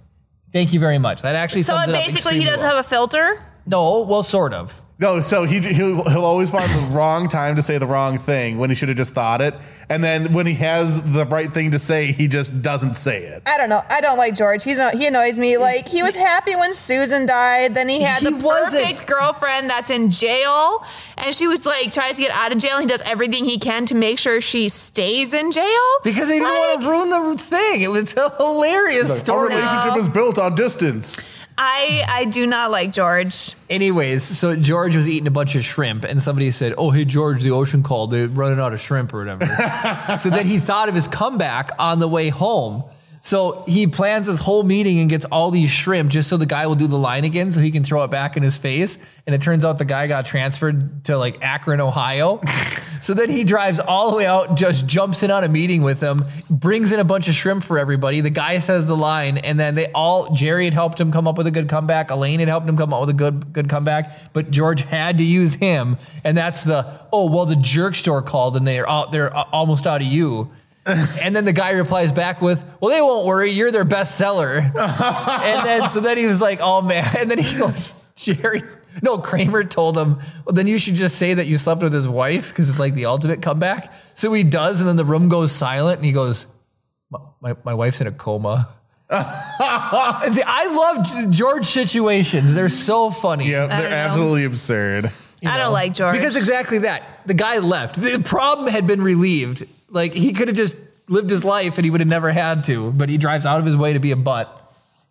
A: Thank you very much. That actually
D: So
A: sums it up
D: basically, he
A: extremely
D: doesn't
A: well.
D: have a filter.
A: No, well, sort of.
C: No, so he he'll, he'll always find the wrong time to say the wrong thing when he should have just thought it, and then when he has the right thing to say, he just doesn't say it.
D: I don't know. I don't like George. He's not. He annoys me. Like he was happy when Susan died. Then he had
A: He
D: the
A: wasn't.
D: perfect girlfriend that's in jail, and she was like tries to get out of jail. He does everything he can to make sure she stays in jail
A: Because they didn't want to ruin the thing. It was a hilarious
C: Our
A: story.
C: relationship is built on distance.
D: I I do not like George.
A: Anyways, so George was eating a bunch of shrimp, and somebody said, "Oh, hey George, the ocean called. They're running out of shrimp or whatever." so then he thought of his comeback on the way home. So he plans his whole meeting and gets all these shrimp just so the guy will do the line again, so he can throw it back in his face. And it turns out the guy got transferred to like Akron, Ohio. so then he drives all the way out, just jumps in on a meeting with them, brings in a bunch of shrimp for everybody. The guy says the line, and then they all Jerry had helped him come up with a good comeback. Elaine had helped him come up with a good good comeback, but George had to use him, and that's the oh well, the jerk store called, and they're out, they're a- almost out of you. and then the guy replies back with, "Well, they won't worry. You're their best seller." and then so then he was like, "Oh man!" And then he goes, "Jerry." No, Kramer told him, well, then you should just say that you slept with his wife because it's like the ultimate comeback. So he does, and then the room goes silent, and he goes, my, my wife's in a coma. And see, I love G- George situations. They're so funny.
C: Yeah,
D: I
C: they're
D: don't know.
C: absolutely absurd.
D: I don't like George
A: Because exactly that. The guy left. The problem had been relieved. Like he could have just lived his life and he would have never had to, but he drives out of his way to be a butt.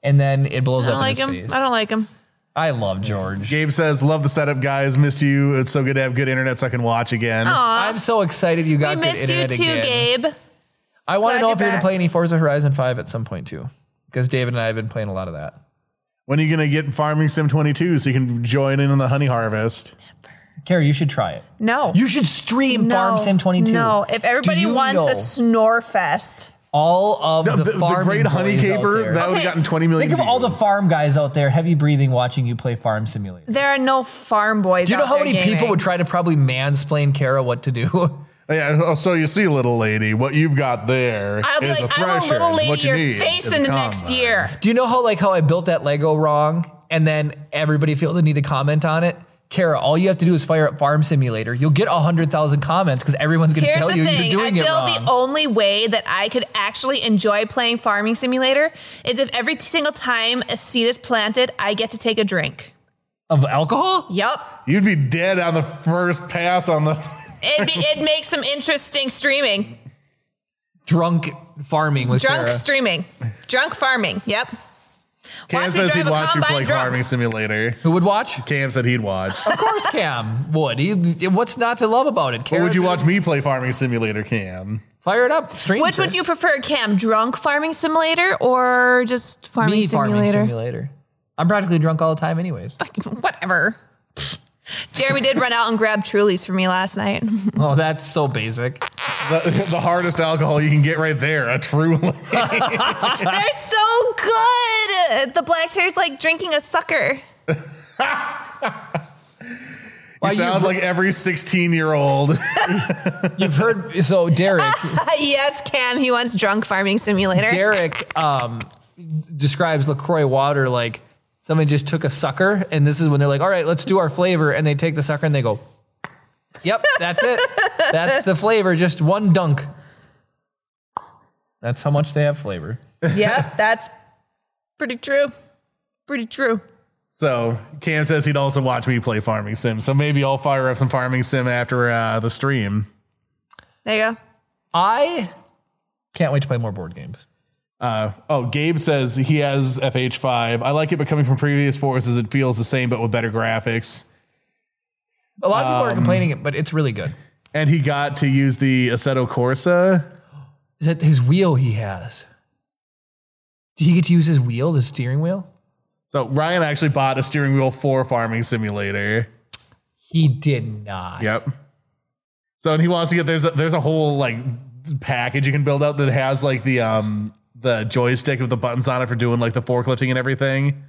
A: And then it blows up
D: I don't
A: in
D: like
A: his
D: him.
A: face.
D: I don't like him.
A: I love George.
C: Gabe says, "Love the setup, guys. Miss you. It's so good to have good internet so I can watch again."
D: Oh.
A: I'm so excited you
D: I
A: got good
D: missed you
A: internet
D: too,
A: again.
D: Gabe.
A: I want to
D: Glad
A: know
D: you're
A: if you're going to
D: back.
A: play any Forza Horizon 5 at some point too, because David and I have been playing a lot of that.
C: When are you gonna get Farming Sim 22 so you can join in on the honey harvest?
A: Carrie, you should try it.
D: No.
A: You should stream
D: no,
A: Farm Sim 22.
D: No. If
A: Do
D: everybody
A: you
D: wants
A: know
D: a snore fest.
A: all of
C: No,
A: the,
C: the, the
A: farm
C: great honey
A: employees out
C: caper
A: there.
C: that would
D: Okay.
C: have gotten 20 million.
A: Think of all the
C: views.
A: farm guys out there, heavy breathing, watching you play Farm Simulator.
D: There are no farm boys.
A: Do you know
D: out
A: how
D: there
A: many people
D: gaming.
A: would try to probably mansplain Kara what to do?
C: Yeah, oh, so you see, little lady, what you've got there
D: I'll be
C: is
D: like,
C: a
D: I'm a
C: thresher.
D: little
C: What
D: lady
C: you
D: your
C: need
D: face
C: is a
D: in the
C: combine."
D: next year.
A: Do you know how like how I built that Lego wrong and then everybody felt the need to comment on it? Kara, all you have to do is fire up Farm Simulator. You'll get hundred thousand comments because everyone's going to
D: Here's
A: tell
D: the
A: you
D: thing.
A: you're doing
D: I
A: it
D: feel
A: wrong.
D: the only way that I could actually enjoy playing Farming Simulator is if every single time a seed is planted, I get to take a drink.
A: of alcohol?
D: Yep.
C: You'd be dead on the first pass on the.
D: It be, it makes some interesting streaming.
A: drunk farming with
D: Drunk
A: Sarah.
D: streaming. Drunk farming. Yep.
C: Cam
D: Watch me
C: says
D: drive
C: he'd
D: a
C: watch you
D: combine
C: play
D: drunk.
C: Farming Simulator.
A: Who would watch?
C: Cam said he'd watch.
A: Of course, Cam would. He, what's not to love about it?
C: Or would you
A: Carrot-
C: watch me play Farming Simulator, Cam?
A: Fire it up. Stream
D: Which
A: it.
D: would you prefer, Cam? Drunk farming simulator?
E: Simulator or just farming
A: Me farming
E: simulator?
A: simulator. I'm practically drunk all the time, anyways.
D: Whatever. Jeremy did run out and grab Trulies for me last night.
A: Oh, that's so basic.
C: The, the hardest alcohol you can get right there, a true.
D: They're so good. The black cherry's like drinking a sucker.
A: Why,
C: You sound
A: you've,
C: like every 16 year old.
A: you've heard. So Derek,
D: yes, Cam. He wants drunk farming simulator.
A: Derek um, describes Lacroix water like someone just took a sucker, and this is when they're like, "All right, let's do our flavor," and they take the sucker and they go, "Yep, that's it. That's the flavor. Just one dunk." That's how much they have flavor.
D: yep, that's pretty true. Pretty true.
C: So Cam says he'd also watch me play Farming Sim. So maybe I'll fire up some Farming Sim after uh, the stream.
D: There you go.
A: I can't wait to play more board games.
C: Uh, oh, Gabe says he has FH5. I like it, but coming from previous forces, it feels the same, but with better graphics.
A: A lot of people are complaining, it, but it's really good.
C: And he got to use the Assetto Corsa.
A: Is that his wheel he has? Did he get to use his wheel, the steering wheel?
C: So Ryan actually bought a steering wheel for Farming Simulator.
A: He did not.
C: Yep. So and he wants to get there's a, there's a whole like package you can build out that has like the um the joystick with the buttons on it for doing like the forklifting and everything.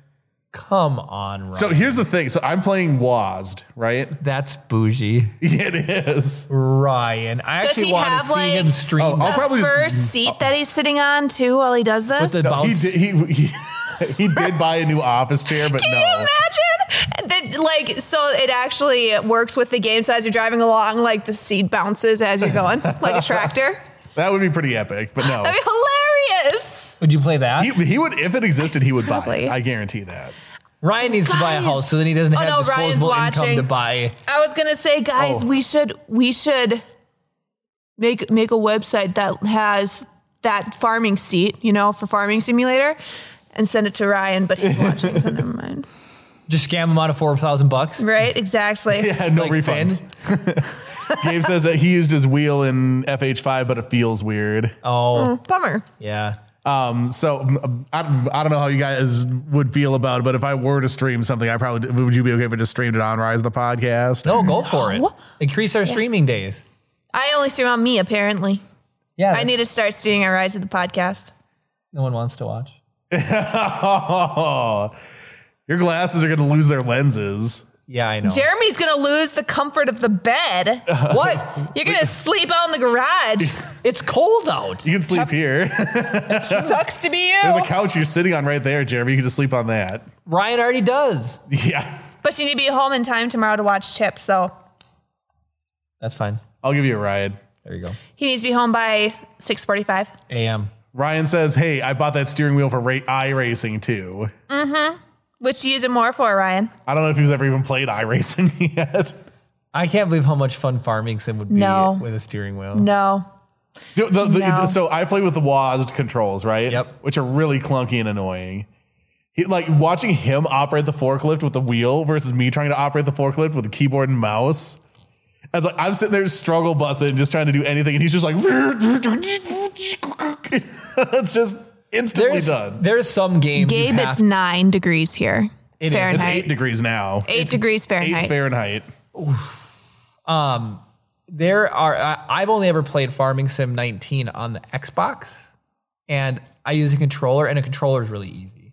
A: Come on, Ryan.
C: So here's the thing. So I'm playing WASD, right?
A: That's bougie.
C: It is.
A: Ryan. I
D: Does
A: actually
D: he
A: want to
D: have,
A: see
D: like-
A: him stream.
C: Oh, I'll
A: that.
D: The
C: probably just-
D: first seat that he's sitting on too while he does
A: With the
D: this.
C: He
A: bounce.
C: did, he, he, he did buy a new office chair, but
D: Can
C: no.
D: you imagine? That, like, so it actually works with the game. So as you're driving along, like the seat bounces as you're going, like a tractor.
C: That would be pretty epic, but no.
D: That'd be hilarious.
A: Would you play that?
C: he, he would if it existed, he would
D: Probably.
C: buy it. I guarantee that.
A: Ryan needs to buy a
D: Guys.
A: house so then he doesn't
D: Oh,
A: have
D: no, Ryan's
A: disposable income
D: watching.
A: to buy.
D: I was gonna say, guys,
C: Oh.
D: we should we should make make a website that has that farming seat, you know, for farming simulator, and send it to Ryan. But he's watching, so never mind.
A: Just scam him out of 4,000 bucks.
D: Right? Exactly.
C: Yeah, no
A: Like
C: refunds. Gabe says that he used his wheel in FH5, but it feels weird.
D: Mm.
A: Oh,
D: Bummer.
A: yeah.
C: Um, so um, I, I don't know how you guys would feel about it, but if I were to stream something, I probably would you be okay if I just streamed it on Rise the podcast?
A: No, go for it. Increase our streaming days.
D: I only stream on me apparently.
A: Yeah.
D: I need to start streaming on Rise of the Podcast.
A: No one wants to watch.
C: Your glasses are going to lose their lenses.
A: Yeah, I know.
D: Jeremy's gonna lose the comfort of the bed.
A: what?
D: You're gonna sleep out in the garage.
A: It's cold out.
C: You can sleep here.
D: Sucks to be
C: There's a
D: you.
C: couch you're sitting on right there, Jeremy. You can just sleep on that.
A: Ryan already does.
C: Yeah,
D: But you need to be home in time tomorrow to watch Chip, so
A: That's fine.
C: I'll give you a ride.
A: There you go.
D: he needs to be home by six forty-five.
A: AM.
C: Ryan says, "Hey, I bought that steering wheel for ra- iRacing too.
D: Which you use it more for, Ryan?
C: I don't know if he's ever even played iRacing yet.
A: I can't believe how much fun farming sim would be
D: No.
A: with a steering wheel.
D: No.
C: Dude, the- the-
D: No.
C: So I play with the WASD controls, right?
A: Yep.
C: Which are really clunky and annoying. He, like watching him operate the forklift with the wheel versus me trying to operate the forklift with a keyboard and mouse. I was like, I'm sitting there struggle busting, just trying to do anything, and he's just like, it's just instantly
A: There's
C: done.
A: there's some games. you
D: Gabe,
A: have-
D: it's nine degrees here.
A: It is.
C: It's
D: Fahrenheit.
C: eight degrees now.
D: eight, degrees
C: Eight
D: Fahrenheit.
C: Fahrenheit.
A: there are. I, I've only ever played Farming Sim 19 on the Xbox, and I use a controller, and a controller is really easy.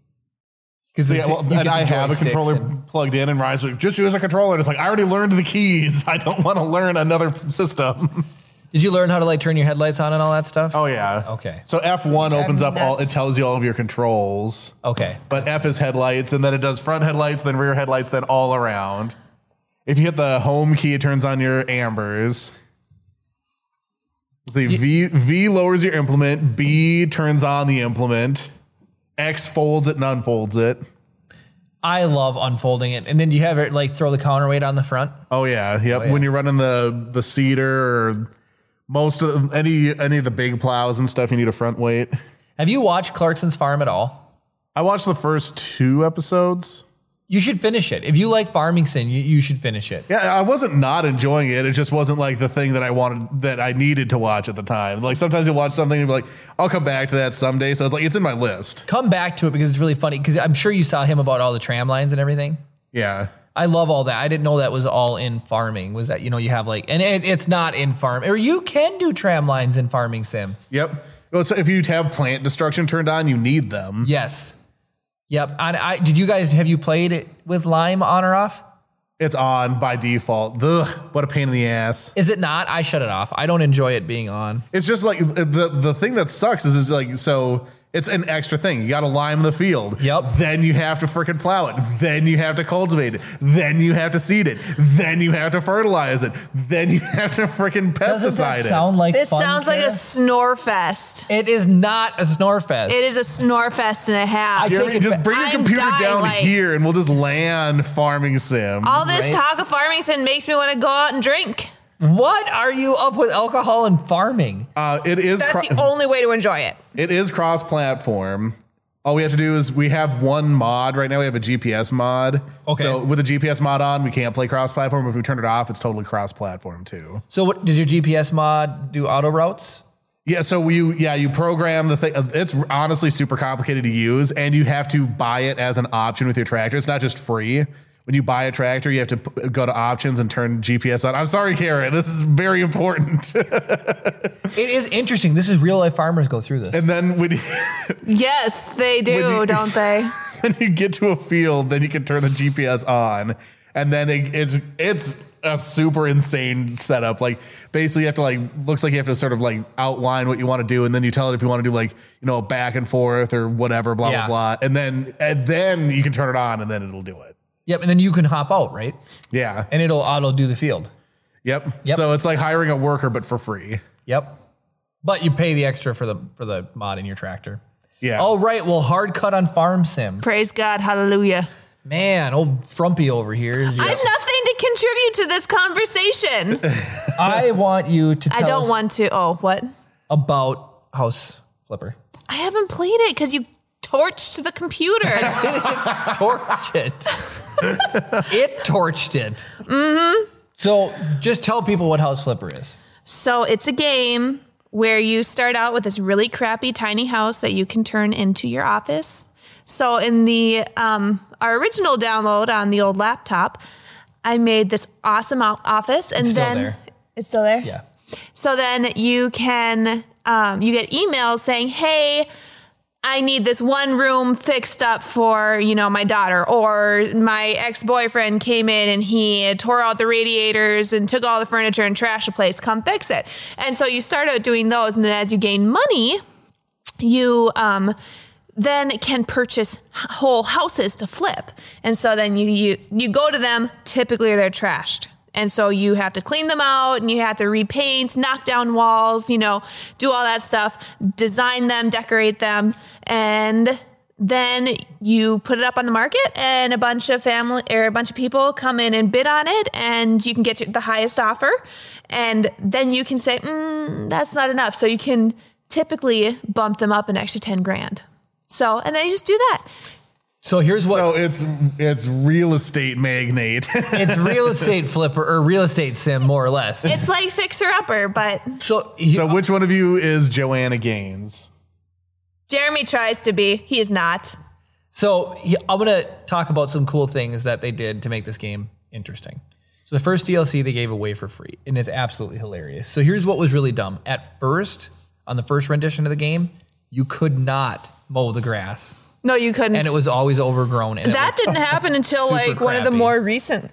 A: Because
C: Yeah, well, and I have a controller plugged in, and Ryan's like, just use a controller. And it's like, I already learned the keys. I don't want to learn another system.
A: Did you learn how to like turn your headlights on and all that stuff?
C: Oh, yeah.
A: Okay.
C: So F1 opens up all, it
D: nuts.
C: tells you all of your controls.
A: Okay.
C: But F is headlights, and then it does front headlights, then rear headlights, then all around. If you hit the home key, it turns on your ambers. The V V lowers your implement, B turns on the implement, X folds it and unfolds it.
A: I love unfolding it, and then do you have it like throw the counterweight on the front?
C: Oh yeah, yep. When you're running the the cedar or Most of any any of the big plows and stuff, you need a front weight.
A: Have you watched Clarkson's Farm at all?
C: I watched the first two episodes.
A: You should finish it. If you like Farmington, you, you should finish it.
C: Yeah, I wasn't not enjoying it. It just wasn't like the thing that I wanted that I needed to watch at the time. Like sometimes you watch something and you're like, I'll come back to that someday. So it's like it's in my list.
A: Come back to it because it's really funny. Because I'm sure you saw him about all the tram lines and everything.
C: Yeah.
A: I love all that. I didn't know that was all in farming. Was that you know you have like and it, it's not in farm or you can do tram lines in farming sim.
C: Yep. Well, so if you have plant destruction turned on, you need them.
A: Yes. Yep. And I did you guys have you played it with lime on or off?
C: It's on by default. Ugh, what a pain in the ass.
A: Is it not? I shut it off. I don't enjoy it being on.
C: It's just like the the thing that sucks is is like so it's an extra thing. You got to lime the field.
A: Yep.
C: Then you have to freaking plow it. Then you have to cultivate it. Then you have to seed it. Then you have to fertilize it. Then you have to freaking
A: Doesn't that
C: pesticide
A: sound like
D: This
A: fun,
D: sounds like
A: Kara?
D: a snore fest.
A: It is not a snore fest.
D: It is a snore fest and a
A: I
D: half.
C: it.
A: take
C: Jeremy,
A: it
C: just
A: back.
C: bring your
D: I'm
C: computer
D: dying,
C: down
D: like-
C: here and we'll just land farming sim.
D: All this
A: Right.
D: talk of Farmington makes me want to go out and drink.
A: What are you up with alcohol and farming?
C: Uh, it is
D: That's
C: cro-
D: the only way to enjoy it.
C: It is cross platform. All we have to do is we have one mod right now. We have a GPS mod.
A: Okay.
C: So with a GPS mod on, we can't play cross platform. If we turn it off, it's totally cross platform too.
A: So what does your GPS mod do auto routes?
C: Yeah. So you yeah you program the thing. Uh, It's honestly super complicated to use, and you have to buy it as an option with your tractor. It's not just free. When you buy a tractor, you have to p- go to options and turn GPS on. I'm sorry, Kara. This is very important.
A: It is interesting. This is real life farmers go through this.
C: and then when you,
D: Yes, they do,
C: you-
D: don't they?
C: when you get to a field, then you can turn the GPS on, and then it, it's it's a super insane setup. Like basically, you have to like looks like you have to sort of like outline what you want to do, and then you tell it if you want to do like you know a back and forth or whatever, blah
A: Yeah.
C: blah blah, and then and then you can turn it on, and then it'll do it.
A: Yep, and then you can hop out, right?
C: Yeah.
A: And it'll auto do the field.
C: Yep.
A: Yep.
C: So it's like hiring a worker, but for free.
A: Yep. But you pay the extra for the for the mod in your tractor.
C: Yeah.
A: All right, well, hard cut on Farm Sim.
D: Praise God, hallelujah.
A: Man, old Frumpy over here.
D: I have nothing to contribute to this conversation.
A: I want you to tell
D: I don't
A: us
D: want to. Oh, what?
A: about House Flipper.
D: I haven't played it because you torched the computer.
A: Torched it. it torched it. Mm-hmm. So just tell people what House Flipper is.
D: so it's a game where you start out with this really crappy tiny house that you can turn into your office. So in the um, our original download on the old laptop, I made this awesome o- office, and
A: It's still
D: then
A: there.
D: it's still there.
A: Yeah.
D: So then you can um, you get emails saying, "Hey, I need this one room fixed up for you know my daughter," or my ex boyfriend came in and he tore out the radiators and took all the furniture and trashed the place. Come fix it. And so you start out doing those, and then as you gain money, you um, then can purchase h- whole houses to flip. And so then you you you go to them. Typically, they're trashed, and so you have to clean them out, and you have to repaint, knock down walls, you know, do all that stuff, design them, decorate them, and then you put it up on the market and a bunch of family or a bunch of people come in and bid on it and you can get the highest offer and then you can say mm, that's not enough so you can typically bump them up an extra 10 grand so and then you just do that
A: So here's what
C: so it's it's real estate magnate.
A: it's real estate flipper or real estate sim more or less.
D: it's like fixer upper but
A: so, he-
C: so which one of you is Joanna Gaines?
D: jeremy tries to be he is not
A: So yeah, I'm gonna talk about some cool things that they did to make this game interesting. So the first DLC they gave away for free, and it's absolutely hilarious. So here's what was really dumb. At first, on the first rendition of the game, you could not mow the grass,
D: no you couldn't
A: and it was always overgrown. And it
D: that
A: looked-
D: didn't happen until
A: Super
D: like one of the
A: crappy.
D: more recent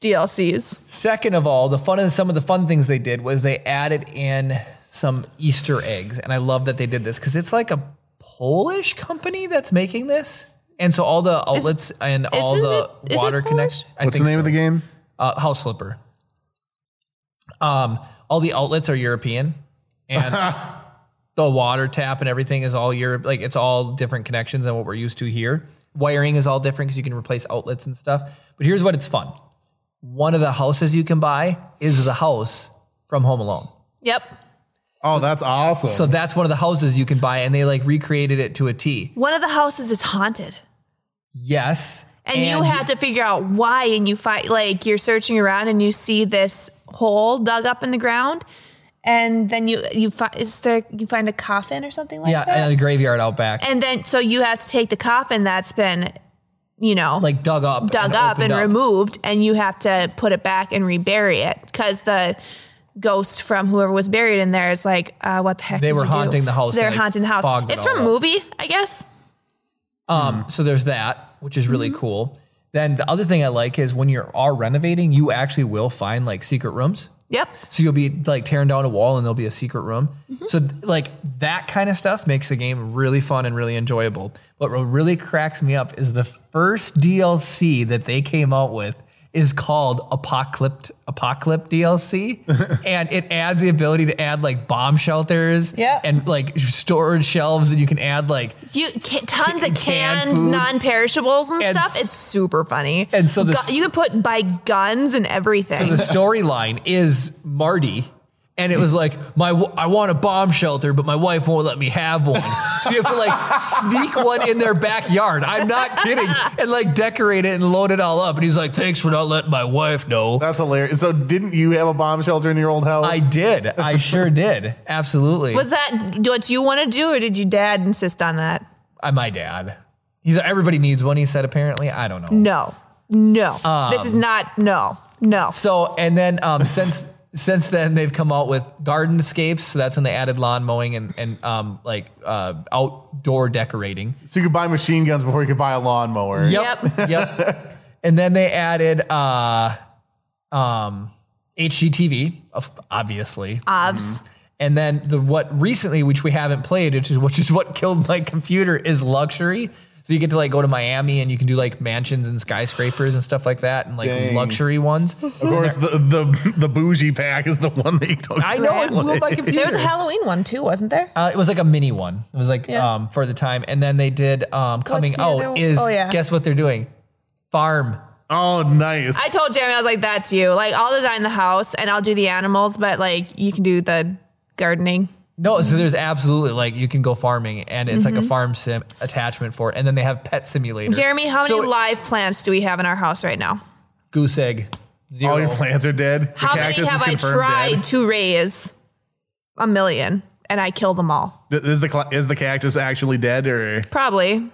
D: dlcs
A: Second of all, the fun of some of the fun things they did was they added in some Easter eggs, and I love that they did this because it's like a Polish company that's making this, and so all the outlets and all
D: isn't
A: the
D: it- is it
A: water
D: Polish?
A: connections.
C: What's the name of the game?
A: uh, house slipper. Um, all the outlets are European, and the water tap and everything is all Europe. Like it's all different connections than what we're used to here. Wiring is all different because you can replace outlets and stuff. But here's what it's fun: one of the houses you can buy is the house from Home Alone.
D: yep
C: Oh, that's awesome.
A: So that's one of the houses you can buy, and they like recreated it to a T.
D: One of the houses is haunted.
A: Yes.
D: And, you had to figure out why, and you fight like you're searching around, and you see this hole dug up in the ground, and then you you find is there you find a coffin or something like
A: yeah, uh,
D: that,
A: and a graveyard out back,
D: and then so you have to take the coffin that's been, you know,
A: like dug up,
D: dug up
A: opened
D: and removed, and you have to put it back and rebury it because the ghost from whoever was buried in there is like, uh, what the heck?
A: They
D: did
A: were
D: you do?
A: haunting the house
D: So they're
A: and, like,
D: haunting the house.
A: fogged it
D: It's from
A: all
D: a
A: up.
D: movie, I guess.
A: Um, so there's that, which is really cool. Then the other thing I like is when you're all renovating, you actually will find like secret rooms.
D: Yep.
A: So you'll be like tearing down a wall and there'll be a secret room. So like that kind of stuff makes the game really fun and really enjoyable. But what really cracks me up is the first DLC that they came out with is called Apocalypse Apocalypse DLC. and it adds the ability to add like bomb shelters
B: Yep.
A: and like storage shelves and you can add like
D: You ca- tons of
A: Canned
D: canned,
A: food.
D: non-perishables and,
A: And s-
D: stuff. It's super funny.
A: and so the
D: Gu-
A: s-
D: you could put by guns and
A: So
D: everything.
A: the storyline is Marty. And it was like my w- I want a bomb shelter, but my wife won't let me have one. So you have to like sneak one in their backyard. I'm not kidding, and like decorate it and load it all up. And he's like, "Thanks for not letting my wife know."
C: that's hilarious. So didn't you have a bomb shelter in your old house?
A: I did. I sure did. Absolutely.
D: was that what you want to do, or did your dad insist on that?
A: I, my dad. He's everybody needs one. He said apparently. I don't know.
D: No, no. this
A: Um.
D: is not. No, no.
A: So and then um, since since then they've come out with gardenscapes. So that's when they added lawn mowing and and um, like uh, outdoor decorating.
C: so you could buy machine guns before you could buy a lawnmower.
A: Yep. Yep. And then they added uh um HGTV, of- obviously. Mm-hmm.
D: Obs.
A: And then the what recently, which we haven't played, which is which is what killed my computer, is luxury. So you get to like go to Miami and you can do like mansions and skyscrapers and stuff like that and like
C: Dang.
A: luxury ones.
C: Of course, the, the the bougie pack is the one that you don't.
A: I know it blew my computer.
D: There was a Halloween one too, wasn't there?
A: Uh, it was like a mini one. It was like
D: Yeah.
A: um, for the time, and then they did um, coming
B: the other
A: out
B: one?
A: is
B: Oh, yeah.
A: guess what they're doing? Farm.
C: Oh, nice.
D: I told Jeremy, I was like, "That's you. Like, I'll design the house and I'll do the animals, but like, you can do the gardening."
A: No,
B: Mm-hmm.
A: so there's absolutely like you can go farming and it's like a farm sim attachment for it. And then they have pet simulator.
D: Jeremy, how many
A: So-
D: live plants do we have in our house right now?
A: Goose egg. Zero.
C: All your plants are dead.
D: How many have I tried to raise? A million, and I kill them all.
C: dead. Is the cla- is the cactus actually dead or?
D: Probably.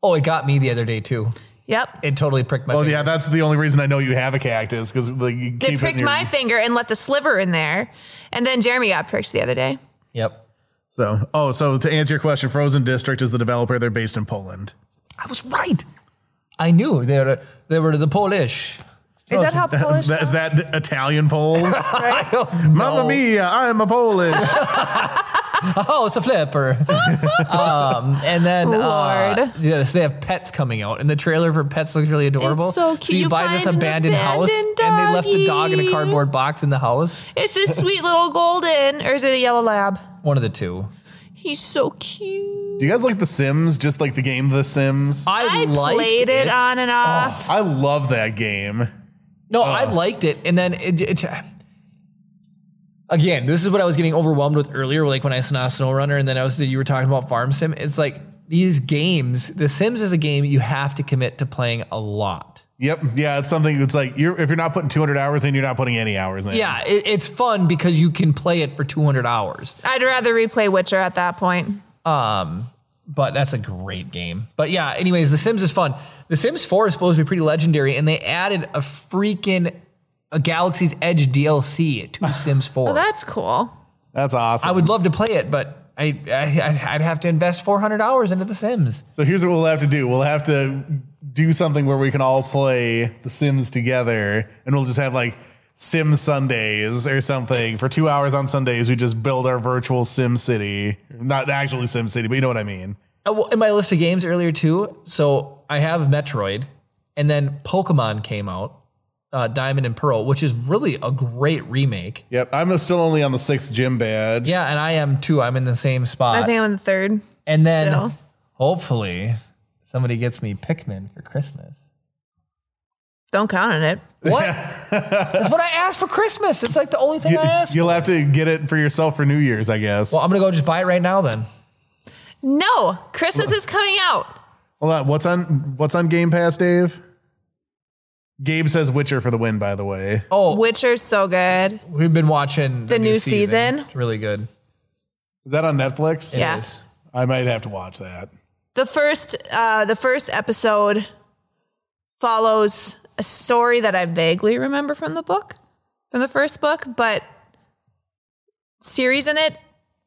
A: Oh, it got me the other day too.
D: Yep.
A: It totally pricked my
C: Oh
A: finger.
C: yeah, that's the only reason I know you have a cactus because like you keep it
D: They
C: in
D: pricked
C: your-
D: my finger and left a sliver in there, and then Jeremy got pricked the other day.
A: Yep.
C: So oh, so to answer your question, Frozen District is the developer. They're based in Poland.
A: I was right. I knew they were they were the Polish.
B: Is that how Polish?
C: Oh, That, is that Italian Poles?
A: I don't
C: Mamma
A: know.
C: mia, I'm a Polish.
A: Oh, it's a flipper. um, and then uh,
D: Lord.
A: yeah, so they have pets coming out, and the trailer for pets looks really adorable.
D: It's so
A: So you,
D: cute. You
A: buy this
D: find an
A: abandoned, house,
D: abandoned
A: and they left the dog in a
D: doggy.
A: cardboard box in the house.
D: It's this sweet little golden, or is it a yellow lab?
A: One of the two.
D: He's so cute.
C: Do you guys like The Sims? Just like the game The Sims. I,
A: I,
D: I,
A: liked
D: played it, on and off.
C: love that game.
A: No, I liked it, and then it, it. Again, this is what I was getting overwhelmed with earlier, like when I saw SnowRunner, and then I was you were talking about Farm Sim. It's like these games. The Sims is a game you have to commit to playing a lot.
C: Yep. Yeah, it's something that's like you're if you're not putting 200 hours in, you're not putting any hours in.
A: Yeah, it, it's fun because you can play it for 200 hours.
C: Oh.
D: I'd rather replay Witcher at that point.
A: but that's a great game. But yeah, anyways, The Sims is fun. The Sims 4 is supposed to be pretty legendary, and they added a freaking a Galaxy's Edge DLC to Sims 4.
D: Well, that's cool.
C: That's awesome.
A: I would love to play it, but I, I I'd have to invest 400 hours into The Sims.
C: so here's what we'll have to do. We'll have to do something where we can all play The Sims together, and we'll just have like Sim Sundays or something for two hours on Sundays. We just build our virtual Sim City, not actually Sim City, but you know what I mean.
A: Uh, well, In my list of games earlier too, so I have Metroid, and then Pokemon came out, uh, Diamond and Pearl, which is really a great remake.
C: Yep. I'm still only on the sixth gym badge.
A: Yeah, and I am too. I'm in the same
D: I
A: spot.
D: think I'm in the third.
A: And then
D: So-
A: hopefully somebody gets me Pikmin for Christmas.
D: Don't count on it.
A: What? That's what I asked for Christmas. It's like the only thing I asked.
C: You'll have to get it for yourself for New Year's, I guess.
A: Well, I'm gonna go just buy it right now then.
D: No, Christmas is coming out.
C: Hold on, uh, what's on what's on Game Pass, Dave? Gabe says Witcher for the win, by the way.
D: Oh. Witcher's so good.
A: Oh, We've been watching
D: The new season.
A: It's really good.
C: Is that on Netflix?
D: Yeah.
A: It is.
C: I might have to watch that.
D: the first uh the first episode follows a story that I vaguely remember from the book from the first book but series in it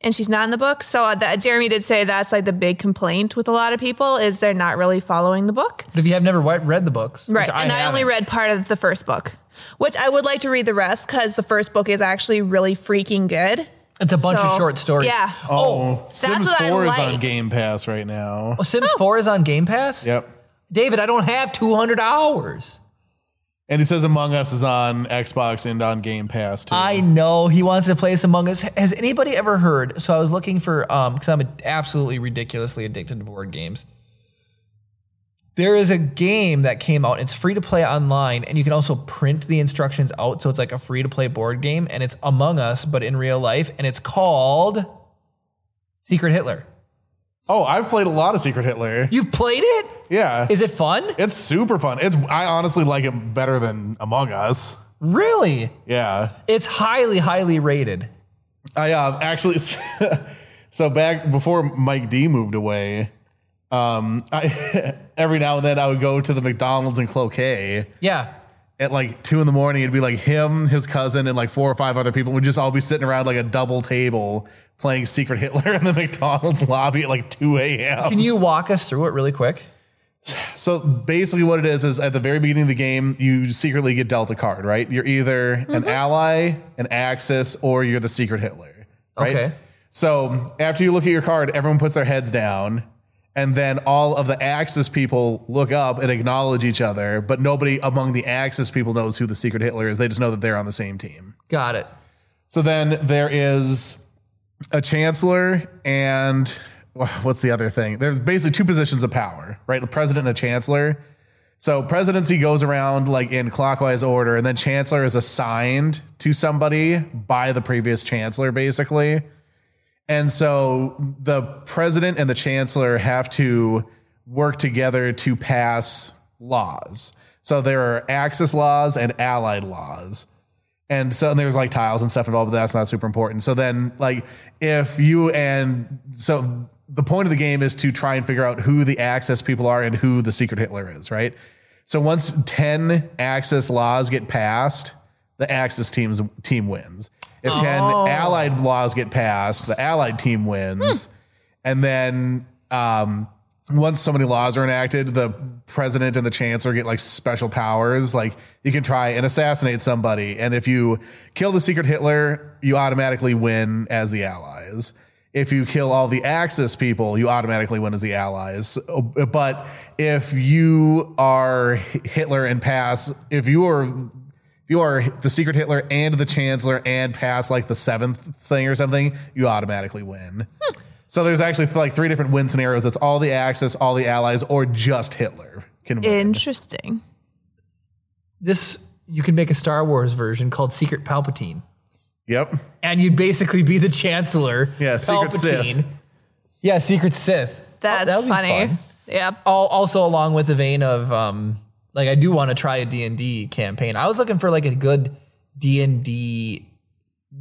D: and she's not in the book so uh, that Jeremy did say that's like the big complaint with a lot of people is they're not really following the book
A: But if you have never wi- read the books, which
D: right and I only
A: haven't,
D: read part of the first book which I would like to read the rest cuz the first book is actually really freaking good
A: it's a bunch of
D: So,
A: short stories.
D: yeah oh,
C: Sims
D: what I
C: 4 is on
D: like.
C: Game Pass right now.
A: Oh, Sims Four is on Game Pass.
C: Yep.
A: David, I don't have 200 hours.
C: And he says Among Us is on Xbox and on Game Pass too.
A: I know he wants to play us Among Us. Has anybody ever heard? So I was looking for um because I'm absolutely ridiculously addicted to board games. There is a game that came out. It's free to play online, and you can also print the instructions out. So it's like a free to play board game, and it's Among Us, but in real life, and it's called Secret Hitler.
C: oh, I've played a lot of Secret Hitler.
A: You've played it?
C: Yeah.
A: Is it fun?
C: It's super fun. It's I honestly like it better than Among Us.
A: Really?
C: Yeah.
A: It's highly, highly rated.
C: I um, actually so back before Mike D moved away, um, I every now and then I would go to the McDonald's in Cloquet
A: Yeah.
C: at like two in the morning. It'd be like him, his cousin, and like four or five other people would just all be sitting around like a double table playing Secret Hitler in the McDonald's lobby at like two a.m.
A: Can you walk us through it really quick?
C: So basically, what it is is at the very beginning of the game, you secretly get dealt a card, right? You're either
A: Mm-hmm.
C: an ally, an Axis, or you're the secret Hitler, right?
A: Okay.
C: So after you look at your card, everyone puts their heads down, and then all of the Axis people look up and acknowledge each other, but nobody among the Axis people knows who the secret Hitler is. They just know that they're on the same team.
A: Got it.
C: So then there is a chancellor and what's the other thing? There's basically two positions of power, right? The president and a chancellor. So presidency goes around like in clockwise order, and then chancellor is assigned to somebody by the previous chancellor, basically. And so the president and the chancellor have to work together to pass laws. So there are Axis laws and Allied laws. And so and there's like tiles and stuff involved, but that's not super important. So then, like, if you and so the point of the game is to try and figure out who the Axis people are and who the secret Hitler is, right? So once 10 Axis laws get passed, the Axis team's team wins. If 10 Allied laws get passed, the Allied team wins. And then um, once so many laws are enacted, the president and the chancellor get like special powers. Like you can try and assassinate somebody. And if you kill the secret Hitler, you automatically win as the allies. If you kill all the Axis people, you automatically win as the allies. But if you are Hitler and pass, if you are if you are the secret Hitler and the Chancellor and pass like the seventh thing or something, you automatically win. So there's actually like three different win scenarios. It's all the Axis, all the Allies, or just Hitler can win.
D: interesting
A: this you could make a Star Wars version called Secret Palpatine.
C: yep.
A: And you'd basically be the Chancellor.
C: Yeah, Secret Sith.
A: Yeah, Secret Sith.
D: That's
A: that would be
D: funny.
A: fun.
D: Yep.
A: Al- Also, along with the vein of um, like I do want to try a D and D campaign. I was looking for like a good D and D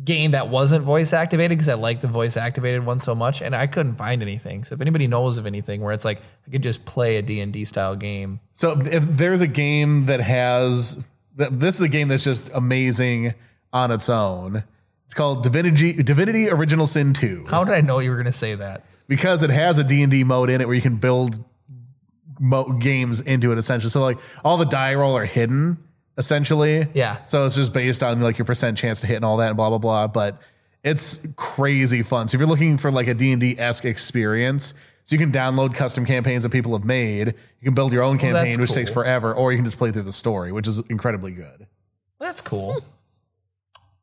A: game that wasn't voice activated because I like the voice activated one so much, and I couldn't find anything. So if anybody knows of anything where it's like I could just play a D and D style game,
C: So if there's a game that has th- this is a game that's just amazing on its own. It's called Divinity Divinity Original Sin 2
A: how did I know you were going to say that?
C: because it has a D&D mode in it where you can build mo- games into it essentially. So like all the die roll are hidden essentially.
A: Yeah.
C: So it's just based on like your percent chance to hit and all that and blah blah blah, but it's crazy fun. So if you're looking for like a D&D-esque experience, so you can download custom campaigns that people have made. You can build your own
A: that's
C: campaign which
A: cool.
C: takes forever or you can just play through the story, which is incredibly good.
A: That's cool.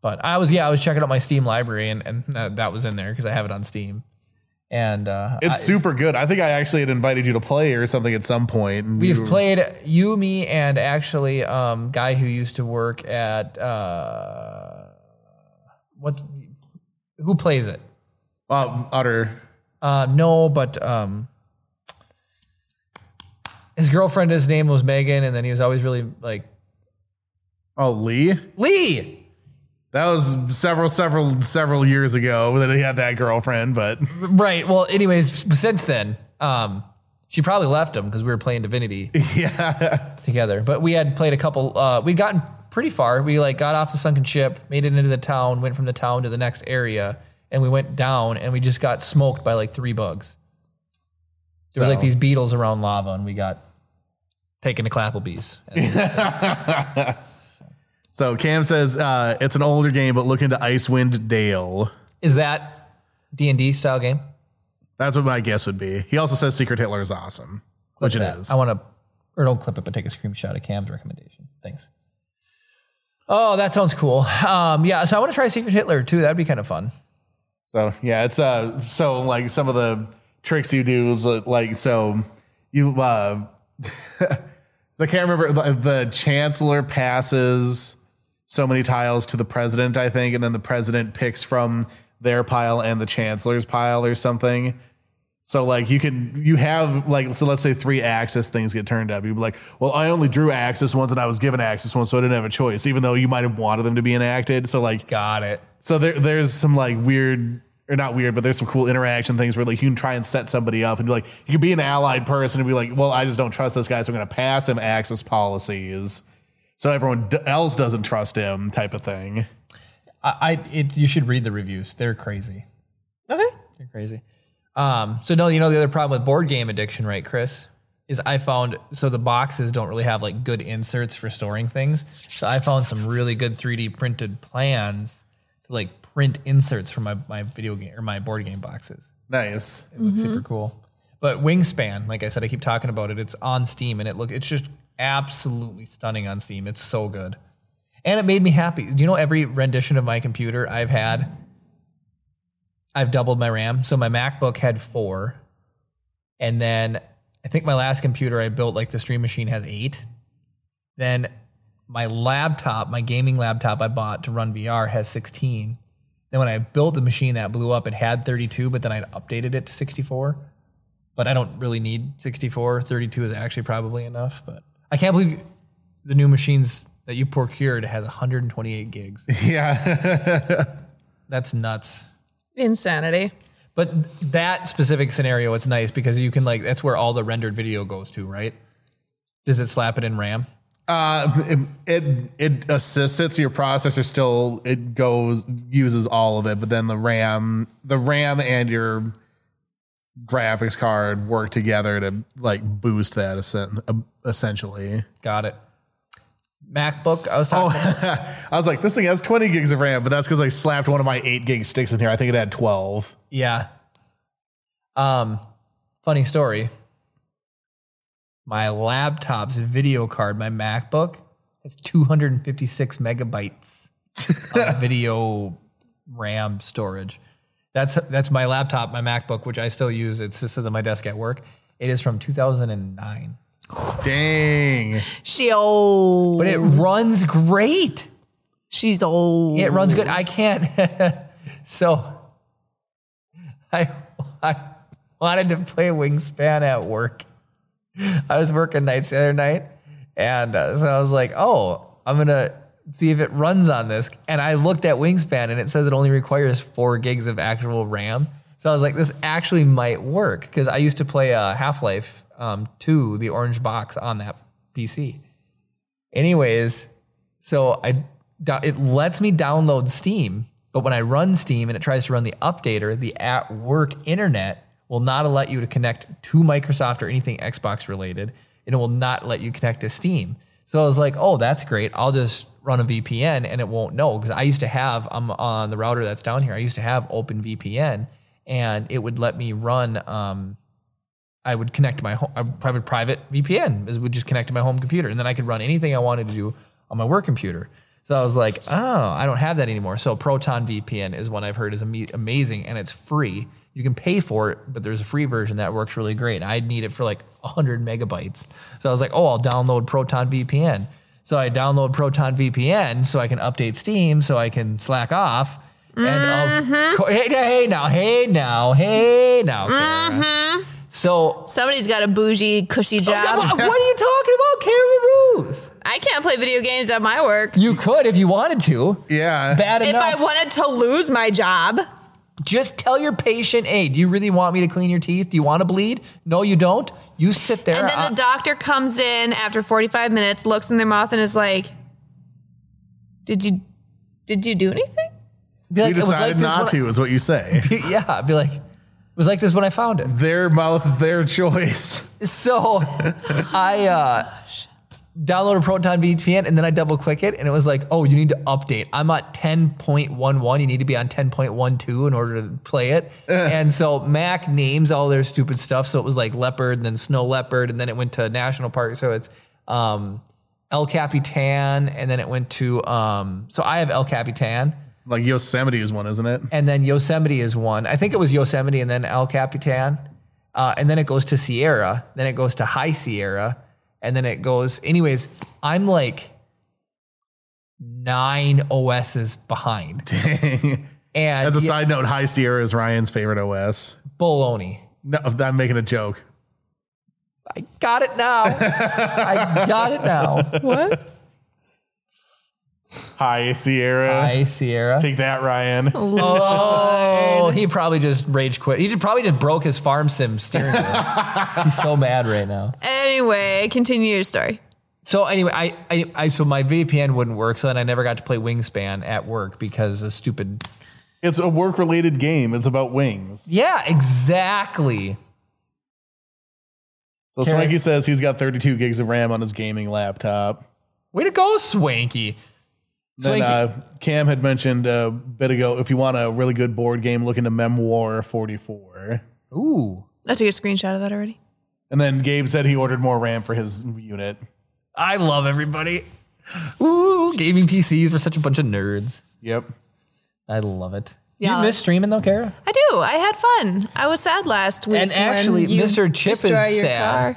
A: But I was yeah, I was checking out my Steam library and and that, that was in there because I have it on Steam. And uh,
C: It's
A: I-
C: super good. I think I actually had invited you to play or something at some point. and
A: We've
C: you-
A: played you, me, and actually um, guy who used to work at uh, what? Who plays it?
C: uh, utter.
A: Uh, no, but um, his girlfriend. His name was Megan, and then he was always really like
C: Oh, Lee.
A: Lee.
C: That was several, several, several years ago that he had that girlfriend. But
A: Right. Well, anyways, since then, um, she probably left him because we were playing Divinity
C: yeah,
A: together. But we had played a couple. Uh, we'd gotten pretty far. We like got off the sunken ship, made it into the town, went from the town to the next area, and we went down, and we just got smoked by like three bugs. There was like
C: So-
A: these beetles around lava, and we got taken to Clapplebee's.
C: so Cam says uh, it's an older game, but look into Icewind Dale.
A: Is that D and D style game?
C: That's what my guess would be. He also says Secret Hitler is awesome, which it
A: that.
C: is.
A: I want to, or don't clip it, but take a screenshot of Cam's recommendation. Thanks. Oh, that sounds cool. Um, yeah, so I want to try Secret Hitler too. That'd be kind of fun.
C: So yeah, it's uh so like some of the tricks you do is uh, like so you uh so I can't remember the, the chancellor passes so many tiles to the president I think and then the president picks from their pile and the chancellor's pile or something. So like you can you have like so let's say three axis things get turned up. You'd be like, well, I only drew axis once and I was given axis once, so I didn't have a choice, even though you might have wanted them to be enacted. So like
A: Got it.
C: so there, there's some like weird, or not weird, but there's some cool interaction things where like you can try and set somebody up and be like, you can be an allied person and be like, well, I just don't trust this guy, so I'm going to pass him access policies, so everyone d- else doesn't trust him, type of thing.
A: I, I it, you should read the reviews. They're crazy.
D: Okay.
A: They're crazy. Um, so no, you know the other problem with board game addiction, right, Chris? Is I found so the boxes don't really have like good inserts for storing things. So I found some really good 3D printed plans to like print inserts for my, my video game or my board game boxes.
C: Nice.
A: It looks super cool. But Wingspan, like I said, I keep talking about it. It's on Steam and it look it's just absolutely stunning on Steam. It's so good. And it made me happy. Do you know every rendition of my computer I've had? I've doubled my RAM. So my MacBook had four. And then I think my last computer I built, like the stream machine, has eight. Then my laptop, my gaming laptop I bought to run VR has 16. Then when I built the machine that blew up, it had 32, but then I updated it to 64. But I don't really need 64. 32 is actually probably enough. But I can't believe the new machines that you procured has 128 gigs.
C: Yeah.
A: That's nuts.
B: Insanity.
A: But that specific scenario, it's nice because you can like that's where all the rendered video goes to, right? Does it slap it in RAM?
C: uh, it, it it assists it, so your processor still it goes uses all of it, but then the RAM, the RAM and your graphics card work together to like boost that essen- essentially. Oh,
A: Got it. MacBook. I was talking.
C: I was like, this thing has 20 gigs of RAM, but that's because I slapped one of my 8 gig sticks in here. I think it had 12.
A: Yeah. Um, funny story. My laptop's video card, my MacBook, has 256 megabytes of video RAM storage. That's that's my laptop, my MacBook, which I still use. It sits on my desk at work. It is from 2009,
C: Dang.
F: She old.
A: but it runs great.
F: She's old.
A: It runs good. I can't. so I, I wanted to play Wingspan at work. I was working nights the other night. And uh, so I was like, oh, I'm going to see if it runs on this. And I looked at Wingspan and it says it only requires four gigs of actual RAM. So I was like, this actually might work because I used to play uh, Half Life um, 2, the orange box on that PC. Anyways, so I do- it lets me download Steam, but when I run Steam and it tries to run the updater, the at work internet will not allow you to connect to Microsoft or anything Xbox related, and it will not let you connect to Steam. So I was like, "Oh, that's great. I'll just run a VPN and it won't know because I used to have I'm on the router that's down here. I used to have OpenVPN and it would let me run um, I would connect to my home, I would private private VPN is would just connect to my home computer, and then I could run anything I wanted to do on my work computer. So I was like, oh, I don't have that anymore. So Proton VPN is one I've heard is ame- amazing, and it's free. You You can pay for it, but there's a free version that works really great. I need it for like 100 megabytes. So I was like, oh, I'll download Proton VPN. So I download Proton VPN so I can update Steam so I can slack off. And of course, hey, hey now, hey now, hey now. Kara. So,
D: Somebody's got a bougie,
A: Oh,
D: cushy job.
A: what what are you talking about, Kara Ruth?
D: I can't play video games at my work.
A: You could if you wanted to.
C: Yeah.
A: Bad
D: If
A: enough.
D: I wanted to lose my job,
A: Just tell your patient, hey, do you really want me to clean your teeth? Do you want to bleed? No, you don't. You sit there.
D: and then
A: I-
D: the doctor comes in after 45 minutes, looks in their mouth, and is like, "Did you, did you do anything?"
A: be
C: we
A: like, "It was like
C: decided
A: this
C: not
A: when
C: to, is what you say.
A: I-" yeah, I'd be like, it was like this when I found it.
C: their mouth, their choice.
A: So I uh, downloaded Proton VPN and then I double click it and it was like, oh, you need to update. I'm at 10.11. You need to be on 10.12 in order to play it. and so Mac names all their stupid stuff. So it was like Leopard and then Snow Leopard and then it went to National Park. So it's um, El Capitan and then it went to, um, so I have El Capitan
C: Like Yosemite is one, isn't it?
A: and then Yosemite is one. I think it was Yosemite and then El Capitan. Uh, and then it goes to Sierra. Then it goes to High Sierra. And then it goes, anyways, I'm like nine OSs behind. and
C: As a
A: yeah,
C: side note, High Sierra is Ryan's favorite OS.
A: baloney.
C: No, I'm making a joke.
A: I got it now. I got it now.
F: What?
C: High Sierra.
A: High Sierra.
C: Take that, Ryan.
A: Oh, he probably just rage quit. He just probably just broke his farm sim steering wheel. He's so mad right now.
D: Anyway, continue your story.
A: So anyway, I, I, I so my VPN wouldn't work, so then I never got to play Wingspan at work because the stupid.
C: It's a work related game. It's about wings.
A: Yeah, exactly.
C: So
A: Karen-
C: Swanky says he's got 32 gigs of RAM on his gaming laptop.
A: Way to go, Swanky.
C: Then
A: Swanky.
C: uh, Cam had mentioned a bit ago if you want a really good board game, look into Memoir 44.
A: Ooh,
D: I took a screenshot of that already.
C: And then Gabe said he ordered more RAM for his unit.
A: I love everybody. Ooh, gaming PCs were such a bunch of nerds.
C: Yep.
A: I love it.
D: Yeah.
A: You miss streaming though, Kara?
D: I do. I had fun. I was sad last week.
A: And actually,
D: when you
A: Mr. Chip is
D: destroy your
A: sad.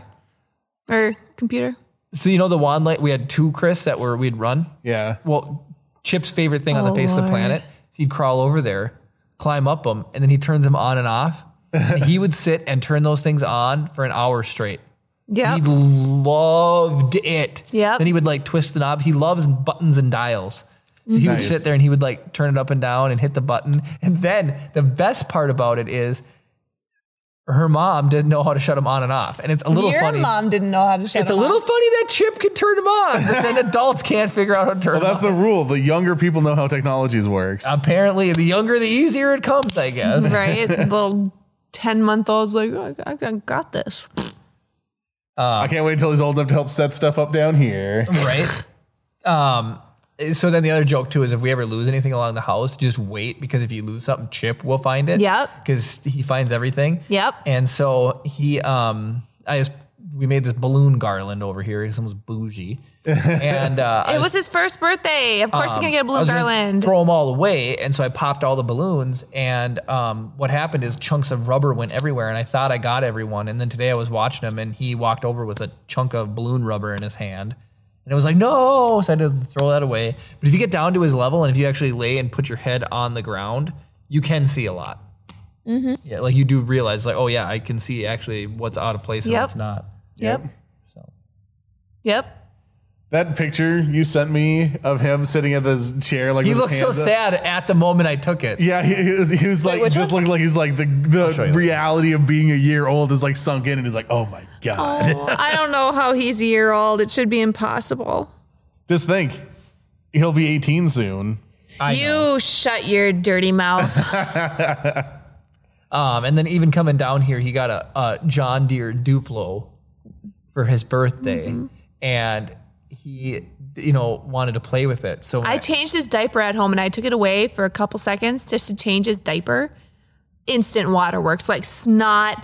D: car or computer.
A: So you know the wand light we had two Chris that were we'd run.
C: Yeah.
A: Well, Chip's favorite thing on the
F: Oh,
A: face of the
F: Lord.
A: planet. He'd crawl over there, climb up them, and then he turns them on and off. and he would sit and turn those things on for an hour straight.
D: Yeah.
A: He loved it.
D: Yep.
A: Then he would like twist the knob. He loves buttons and dials. So he would
C: Nice.
A: sit there and he would like turn it up and down and hit the button. And then the best part about it is her mom didn't know how to shut him on and off. And it's a little
B: Your
A: funny.
B: mom didn't know how to shut
A: It's a
B: him
A: little
B: off.
A: funny that Chip can turn him on, but then adults can't figure out how to turn
C: Well,
A: him
C: that's the rule. The younger people know how technologies works.
A: Uh-huh. apparently the younger the easier it comes i guess
D: Right, little ten month old's like, oh, I I got this.
C: I can't wait until he's old enough to help set stuff up down here.
A: right um so then the other joke too is if we ever lose anything along the house just wait because if you lose something chip will find it
D: Yep.
A: because he finds everything
D: Yep.
A: and so he um i just we made this balloon garland over here it's almost bougie and uh I Um,
D: It was his first birthday. Of course, he's gonna get a
A: I
D: balloon
A: was gonna
D: garland.
A: Throw them all away, and so I popped all the balloons. And um, what happened is chunks of rubber went everywhere, and I thought I got everyone. And then today I was watching him, and he walked over with a chunk of balloon rubber in his hand, and it was like no. So I had to throw that away. But if you get down to his level, and if you actually lay and put your head on the ground, you can see a lot.
D: Mm-hmm.
A: Yeah, like you do realize, like oh yeah, I can see actually what's out of place and
D: Yep.
A: what's not.
D: yep.
A: So
D: Yep.
C: That picture you sent me of him sitting at this chair, like
A: he
C: with
A: looked
C: his
A: so
C: hands up.
A: sad at the moment I took it.
C: Yeah, he, he was, he was like,
F: which
C: just
F: one?
C: looked like he's like the the
A: you
C: reality of being a year old is like sunk in, and he's like, oh my god.
D: I don't know how he's a year old. It should be impossible.
C: Just think, he'll be 18 soon.
A: I
D: you
A: know.
D: shut your dirty mouth.
A: Um, and then even coming down here, he got a, a John Deere Duplo for his birthday,
D: Mm-hmm.
A: and he, you know, wanted to play with it. So
D: I changed his diaper at home and I took it away for a couple seconds just to change his diaper. Instant waterworks, like snot,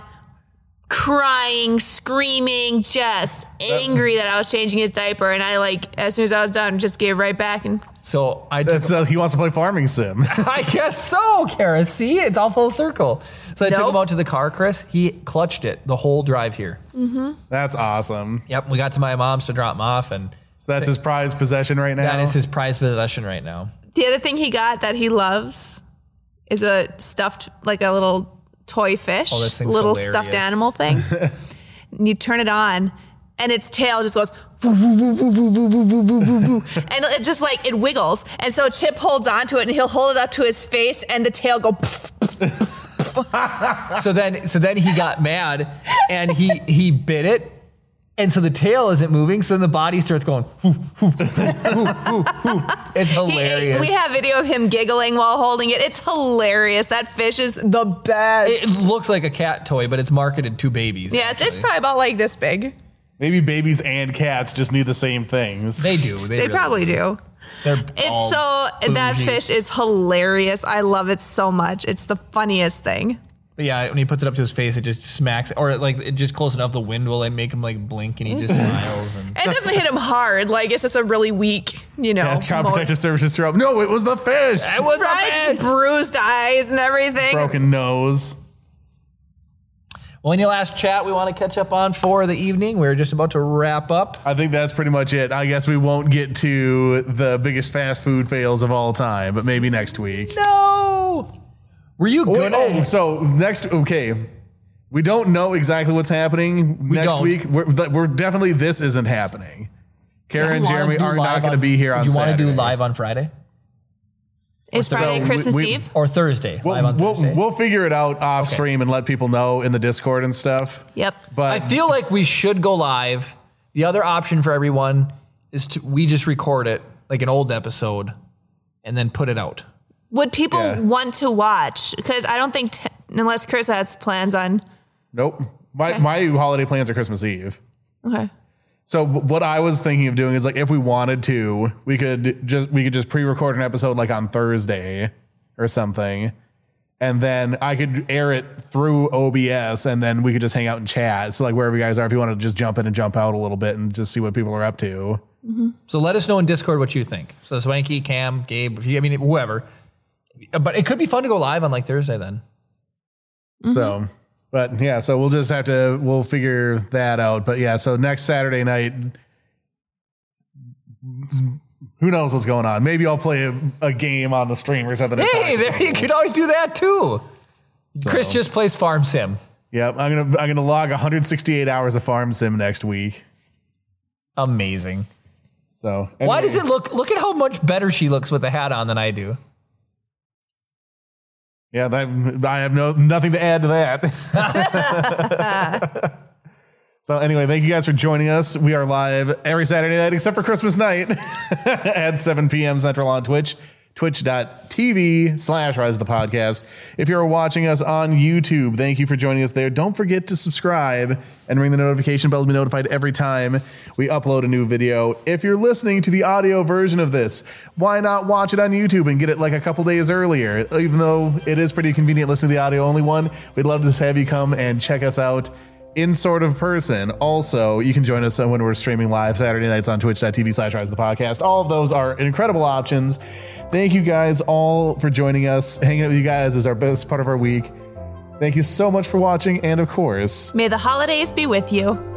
D: crying, screaming, just angry that I was changing his diaper. And I like, as soon as I was done, just gave it right back and
A: So I took
C: That's, uh, he wants to play farming sim.
A: I guess so, Kara. See, it's all full circle. So I took
D: Nope.
A: him out to the car, Chris. He clutched it the whole drive here.
C: that's awesome.
A: Yep, we got to my mom's to drop him off, and
C: So that's his prized possession right now.
A: that is his prized possession right now.
D: The other thing he got that he loves is a stuffed, like a little toy fish,
A: this thing's
D: little
A: Oh, hilarious.
D: stuffed animal thing. and you turn it on, and its tail just goes woo, woo, woo, woo, woo, woo, woo, woo, woo, woo, woo. and it just like it wiggles. And so Chip holds onto it, and he'll hold it up to his face, and the tail go. pff.
A: So then, so then he got mad, and he he bit it, and so the tail isn't moving. So then the body starts going. Whoo, whoo, whoo, whoo, woo, woo." It's
D: He-
A: hilarious.
D: we have video of him giggling while holding it. It's hilarious. That fish is the best.
A: it looks like a cat toy, but it's marketed to babies.
D: yeah, it's, it's
A: actually.
D: probably about like this big.
C: Maybe babies and cats just need the same things.
A: they do. They,
D: They
A: really
D: probably do.
A: They're
D: It's
A: all
D: so that
A: bougie.
D: fish is hilarious. I love it so much. It's the funniest thing.
A: But yeah, when he puts it up to his face, it just smacks, or like it just close enough. The wind will like, make him like blink, and he just
D: Mm-hmm.
A: smiles. And
D: It doesn't hit him hard. Like it's just a really weak, you know,
C: yeah, child
D: mo-
C: protective services throw up. No, it was the fish.
A: was
D: Right? bruised eyes and everything.
C: Broken nose.
A: Well, in your last chat, we want to catch up on for the evening. We're just about to wrap up.
C: I think that's pretty much it. I guess we won't get to the biggest fast food fails of all time, but maybe next week.
A: No, were you
C: Oh,
A: good?
C: oh, so next, okay. We don't know exactly what's happening next
A: don't.
C: week. We're, but we're definitely this isn't happening. Karen and Jeremy are not going to
A: to
C: be here on
A: Do you
C: Saturday.
A: want to do live on Friday
D: It's Friday,
C: we-
D: Christmas
C: we-
D: Eve.
A: or Thursday? live
C: We'll,
A: on Thursday.
C: we'll, we'll figure it out off stream and let people know in the Discord and stuff.
D: Yep.
C: But
A: I feel like we should go live. The other option for everyone is to we just record it like an old episode, and then put it out.
D: Would people
C: Yeah.
D: want to watch? Because I don't think, t- unless Chris has plans on.
C: nope. My, my holiday plans are Christmas Eve.
D: Okay.
C: So w- what I was thinking of doing is like if we wanted to, we could just we could just pre-record an episode like on Thursday or something. And then I could air it through OBS and then we could just hang out and chat. So like wherever you guys are, if you want to just jump in and jump out a little bit and just see what people are up to.
A: So let us know in Discord what you think. So Swanky, Cam, Gabe, if you, I mean whoever. But it could be fun to go live on like Thursday then. Mm-hmm.
C: So, but yeah, so we'll just have to we'll figure that out. But yeah, so next Saturday night, who knows what's going on? Maybe I'll play a, a game on the stream or something. to
A: Hey,
C: talk
A: there you could always do that too. Chris just plays Farm Sim.
C: Yep, I'm gonna I'm gonna log 168 hours of farm sim next week.
A: Amazing.
C: So
A: Why does
C: anyway,
A: it look? Look at how much better she looks with a hat on than I do.
C: Yeah, that, I have no nothing to add to that. so anyway, thank you guys for joining us. We are live every Saturday night except for Christmas night at 7 p.m. Central on Twitch. Twitch.tv slash rise of the podcast. If you're watching us on YouTube, thank you for joining us there. Don't forget to subscribe and ring the notification bell to be notified every time we upload a new video. If you're listening to the audio version of this, why not watch it on YouTube and get it like a couple days earlier? Even though it is pretty convenient listening to the audio only one, we'd love to have you come and check us out in sort of person. Also, you can join us when we're streaming live Saturday nights on twitch.tv slash rise of the podcast. All of those are incredible options. Thank you guys all for joining us. Hanging out with you guys is our best part of our week. Thank you so much for watching. And of course,
D: May the holidays be with you.